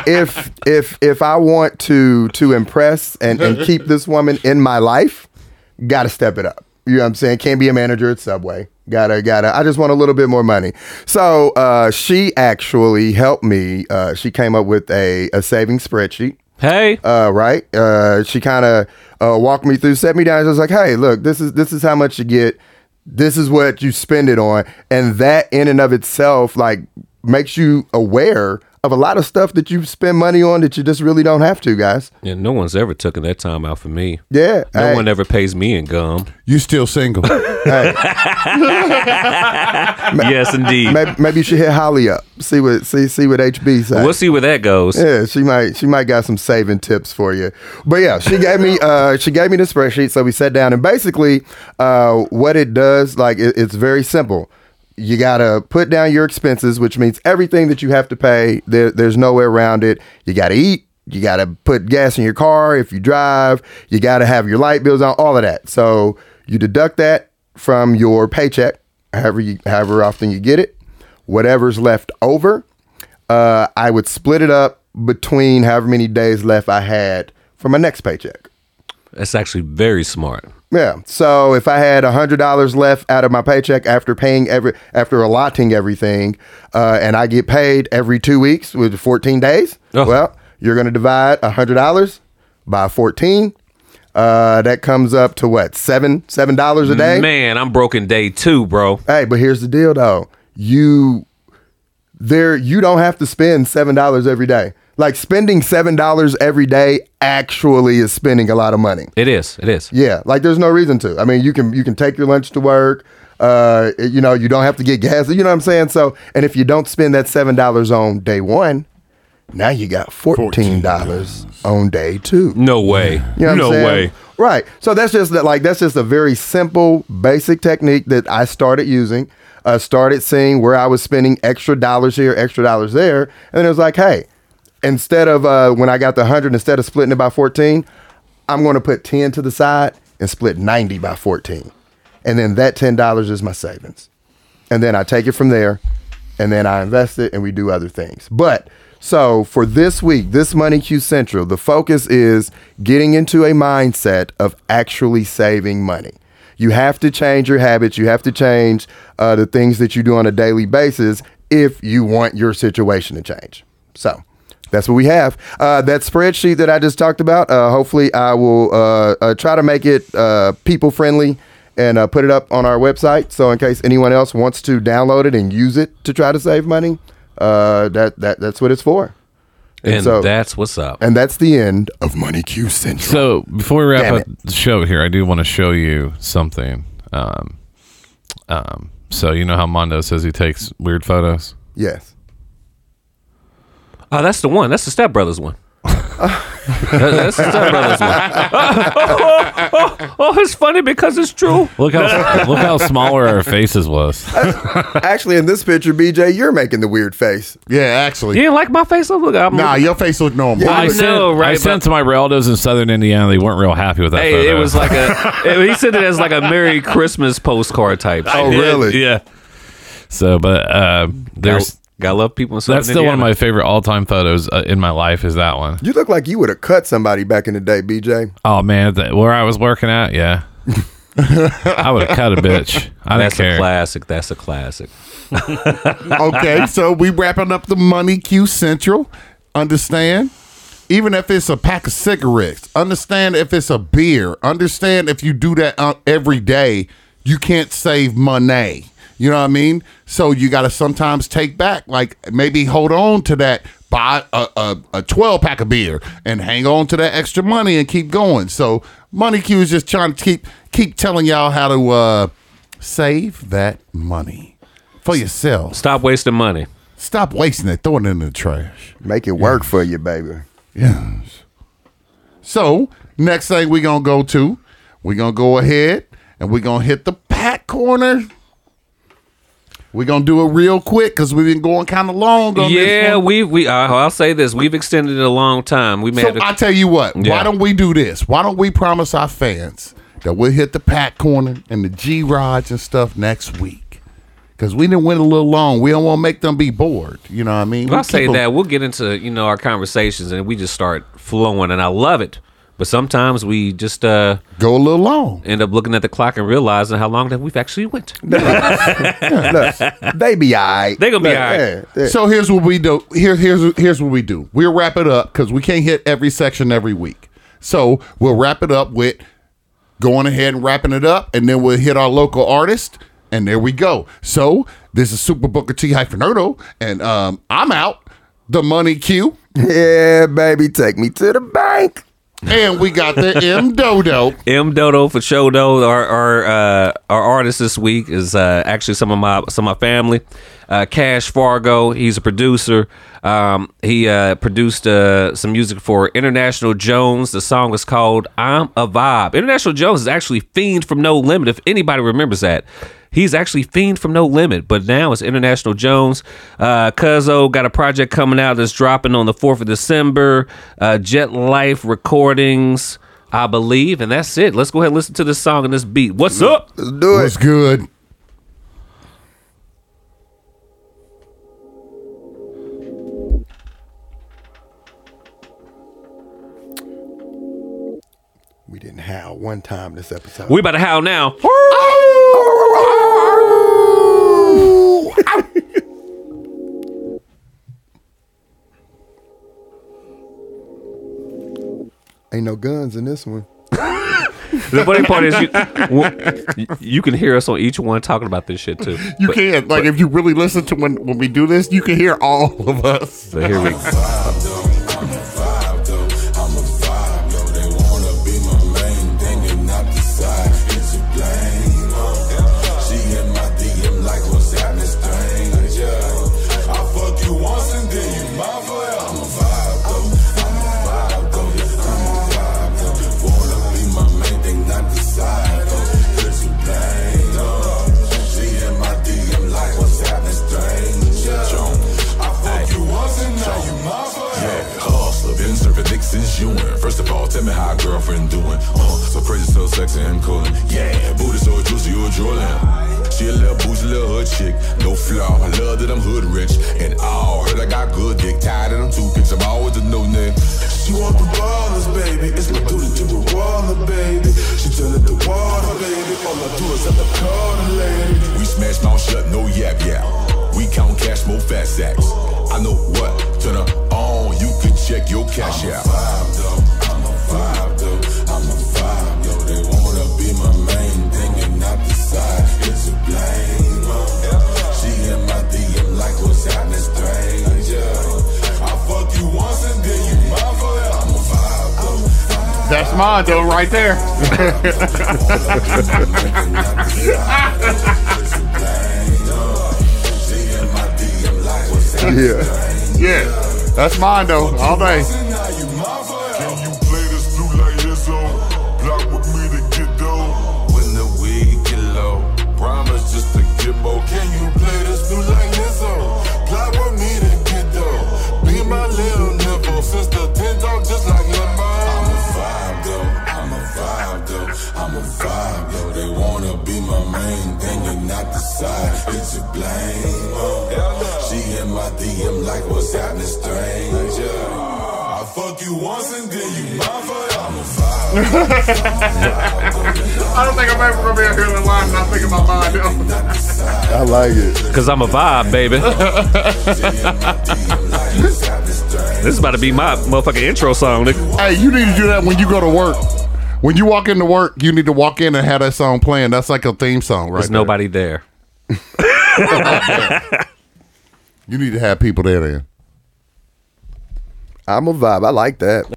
if if if I want to to impress and, and keep this woman in my life, gotta step it up. You know what I'm saying? Can't be a manager at Subway. Gotta gotta. I just want a little bit more money. So uh, she actually helped me. Uh, she came up with a a savings spreadsheet
Hey,
uh, right? Uh, she kind of uh, walked me through, set me down. She was like, "Hey, look, this is this is how much you get. This is what you spend it on, and that in and of itself like makes you aware of a lot of stuff that you spend money on that you just really don't have to, guys.
Yeah, no one's ever taken that time out for me.
Yeah.
No
hey,
one ever pays me in gum.
You still single?
hey,
yes, indeed.
maybe, maybe you should hit Holly up. See what see see what HB says.
We'll see where that goes.
Yeah, she might she might got some saving tips for you. But yeah, she gave me uh she gave me the spreadsheet, so we sat down and basically uh what it does like it, it's very simple. You gotta put down your expenses, which means everything that you have to pay. There, there's no way around it. You gotta eat. You gotta put gas in your car if you drive. You gotta have your light bills on all of that. So you deduct that from your paycheck, however you, however often you get it, whatever's left over uh, I would split it up between however many days left I had for my next paycheck.
That's actually very smart.
Yeah. So if I had hundred dollars left out of my paycheck after paying every after allotting everything, uh, and I get paid every two weeks with fourteen days,
Oh.
well, you're going to divide hundred dollars by fourteen. Uh, that comes up to what seven seven dollars a day.
Man, I'm broken day two, bro.
Hey, but here's the deal though. You there you don't have to spend seven dollars every day. Like spending seven dollars every day actually is spending a lot of money.
It is. It is.
Yeah, like there's no reason to. I mean, you can you can take your lunch to work. Uh, you know, you don't have to get gas. You know what I'm saying? So, and if you don't spend that seven dollars on day one, now you got fourteen dollars on day two.
No way.
You know what I'm
No
saying?
way.
Right. So that's just that. Like that's just a very simple, basic technique that I started using. Uh, started seeing where I was spending extra dollars here, extra dollars there, and then it was like, hey, instead of uh, when I got the hundred, instead of splitting it by fourteen, I'm going to put ten to the side and split ninety by fourteen, and then that ten dollars is my savings and then I take it from there, and then I invest it, and we do other things. But so for this week, this Money Q Central, the focus is getting into a mindset of actually saving money. You have to change your habits. You have to change uh, the things that you do on a daily basis if you want your situation to change. So that's what we have. Uh, that spreadsheet that I just talked about. Uh, hopefully, I will uh, uh, try to make it uh, people friendly and uh, put it up on our website. So in case anyone else wants to download it and use it to try to save money, uh, that that that's what it's for.
And
so-
that's what's up.
And that's the end of Money Q Central.
So before we wrap
Damn
up
it.
the show here, I do want to show you something. Um, um, so you know how Mondo says he takes weird photos.
Yes.
Oh, that's the one. That's the Step Brothers one. That- that's the Step Brothers one. Oh, oh, oh, oh, it's funny because it's true.
Look how look how smaller our faces was.
Actually, in this picture, BJ, you're making the weird face.
yeah, actually.
You didn't like my face? Oh, Look, I'm
Nah, your face look normal.
I
I sent,
know, right,
I
but-
sent to my relatives in Southern Indiana. They weren't real happy with that.
Hey,
photo.
it was like a. it- he said it as like a Merry Christmas postcard type.
Oh, really?
yeah. So, but uh, there's
Gotta love people in Southern
that's still one of
Indiana.
my favorite all time photos uh, in my life is that one.
You look like you would have cut somebody back in the day, BJ.
Oh man, th- where I was working at, yeah. I would have cut a bitch. I
That's
don't
a
care.
classic. That's a classic.
okay, so we wrapping up the money Q Central. Understand? Even if it's a pack of cigarettes, understand if it's a beer, understand if you do that uh, every day, you can't save money. You know what I mean? So you got to sometimes take back, like maybe hold on to that, buy a, a, a 12 pack of beer and hang on to that extra money and keep going. So Money Q is just trying to keep keep telling y'all how to uh, save that money for yourselves.
Stop wasting money.
Stop wasting it, throwing it in the trash.
Make it work for you, baby.
Yes. So next thing we're gonna go to, we're gonna go ahead and we're gonna hit the pack corner. We're gonna do it real quick because we've been going kind of long on this.
Yeah,
one.
we we. Uh, I'll say this. We've extended it a long time. We made.
So I tell you what, why
Yeah.
don't we do this? Why don't we promise our fans that we'll hit the pack corner and the G rods and stuff next week? Because we didn't win a little long. We don't want to make them be bored. You know what I mean?
Well,
We
I'll say
keep 'em-
that we'll get into you know our conversations and we just start flowing and I love it. But sometimes we just uh,
Go a little long.
end up looking at the clock and realizing how long that we've actually went.
Look, they be all right.
They gonna be
Look,
all right.
yeah, yeah.
So here's what we do. Here, here's here's what we do. We'll wrap it up because we can't hit every section every week. So we'll wrap it up with going ahead and wrapping it up, and then we'll hit our local artist, and there we go. So this is Super Booker T hyphen Erdo, and um, I'm out. the money Q,
Yeah, baby, take me to the bank.
and we got the M Dodo.
M Dodo for show though. Our our uh, our artist this week is uh, actually some of my some of my family. Uh, Cash Fargo. He's a producer. Um, he uh, produced uh, some music for International Jones. The song was called "I'm a Vibe." International Jones is actually Fiend from No Limit. If anybody remembers that. He's actually Fiend from No Limit, but now it's International Jones. Uh, Cuzzo got a project coming out that's dropping on the 4th of December. Uh, Jet Life Recordings. I believe, and that's it. Let's go ahead and listen to this song and this beat. What's up?
Let's do it.
What's good?
We didn't howl one time this episode.
We about to howl now.
Oh! Ain't no guns in this one.
The funny part is, you, w- you can hear us on each one talking about this shit too.
You
But-
can like if you really listen to when when we do this, you can hear all of us.
So here we
Hustler, been serving dick since you in. First of all, tell me how a girlfriend doing. Uh, so crazy, so sexy, I'm coolin'. Yeah, booty so juicy, you drooling. She a little bougie, little hood chick, no flaw. I love that I'm hood rich and all. Heard I got good dick, tired of them two picks. I'm always a no name. She want the ballers, baby. It's my duty to reward her, baby. She turn it to water, baby. All I do is have to call the lady. We smash mouth shut, no yap yap. We count cash, more fat sacks. I know what turn her on. You can check your cash out.
That's mine though, right there.
Yeah.
Yeah, that's mine though, all day.
Can you play this blue like Lizzo? Block with me to get dough. When the weed get low, promise just to get more. Can you play this blue like Lizzo? Block with me to get dough. Be my little nipple, sister, ten dog just like Limbo. I'm a vibe though, I'm a vibe though, I'm a vibe though. They wanna be my main thing and not the side. It's a blame. oh. She in my DM like what's happening stranger. I fuck you once and then you mine forever. I'm a vibe.
I don't think I'm ever gonna be out here in the line not thinking about mine though.
I like it.
because I'm a vibe, baby. this is about to be my motherfucking intro song. nigga.
Hey, you need to do that when you go to work. When you walk into work, you need to walk in and have that song playing. That's like a theme song, right?
There's
there.
nobody there.
You need to have people there. Then.
I'm a vibe. I like that.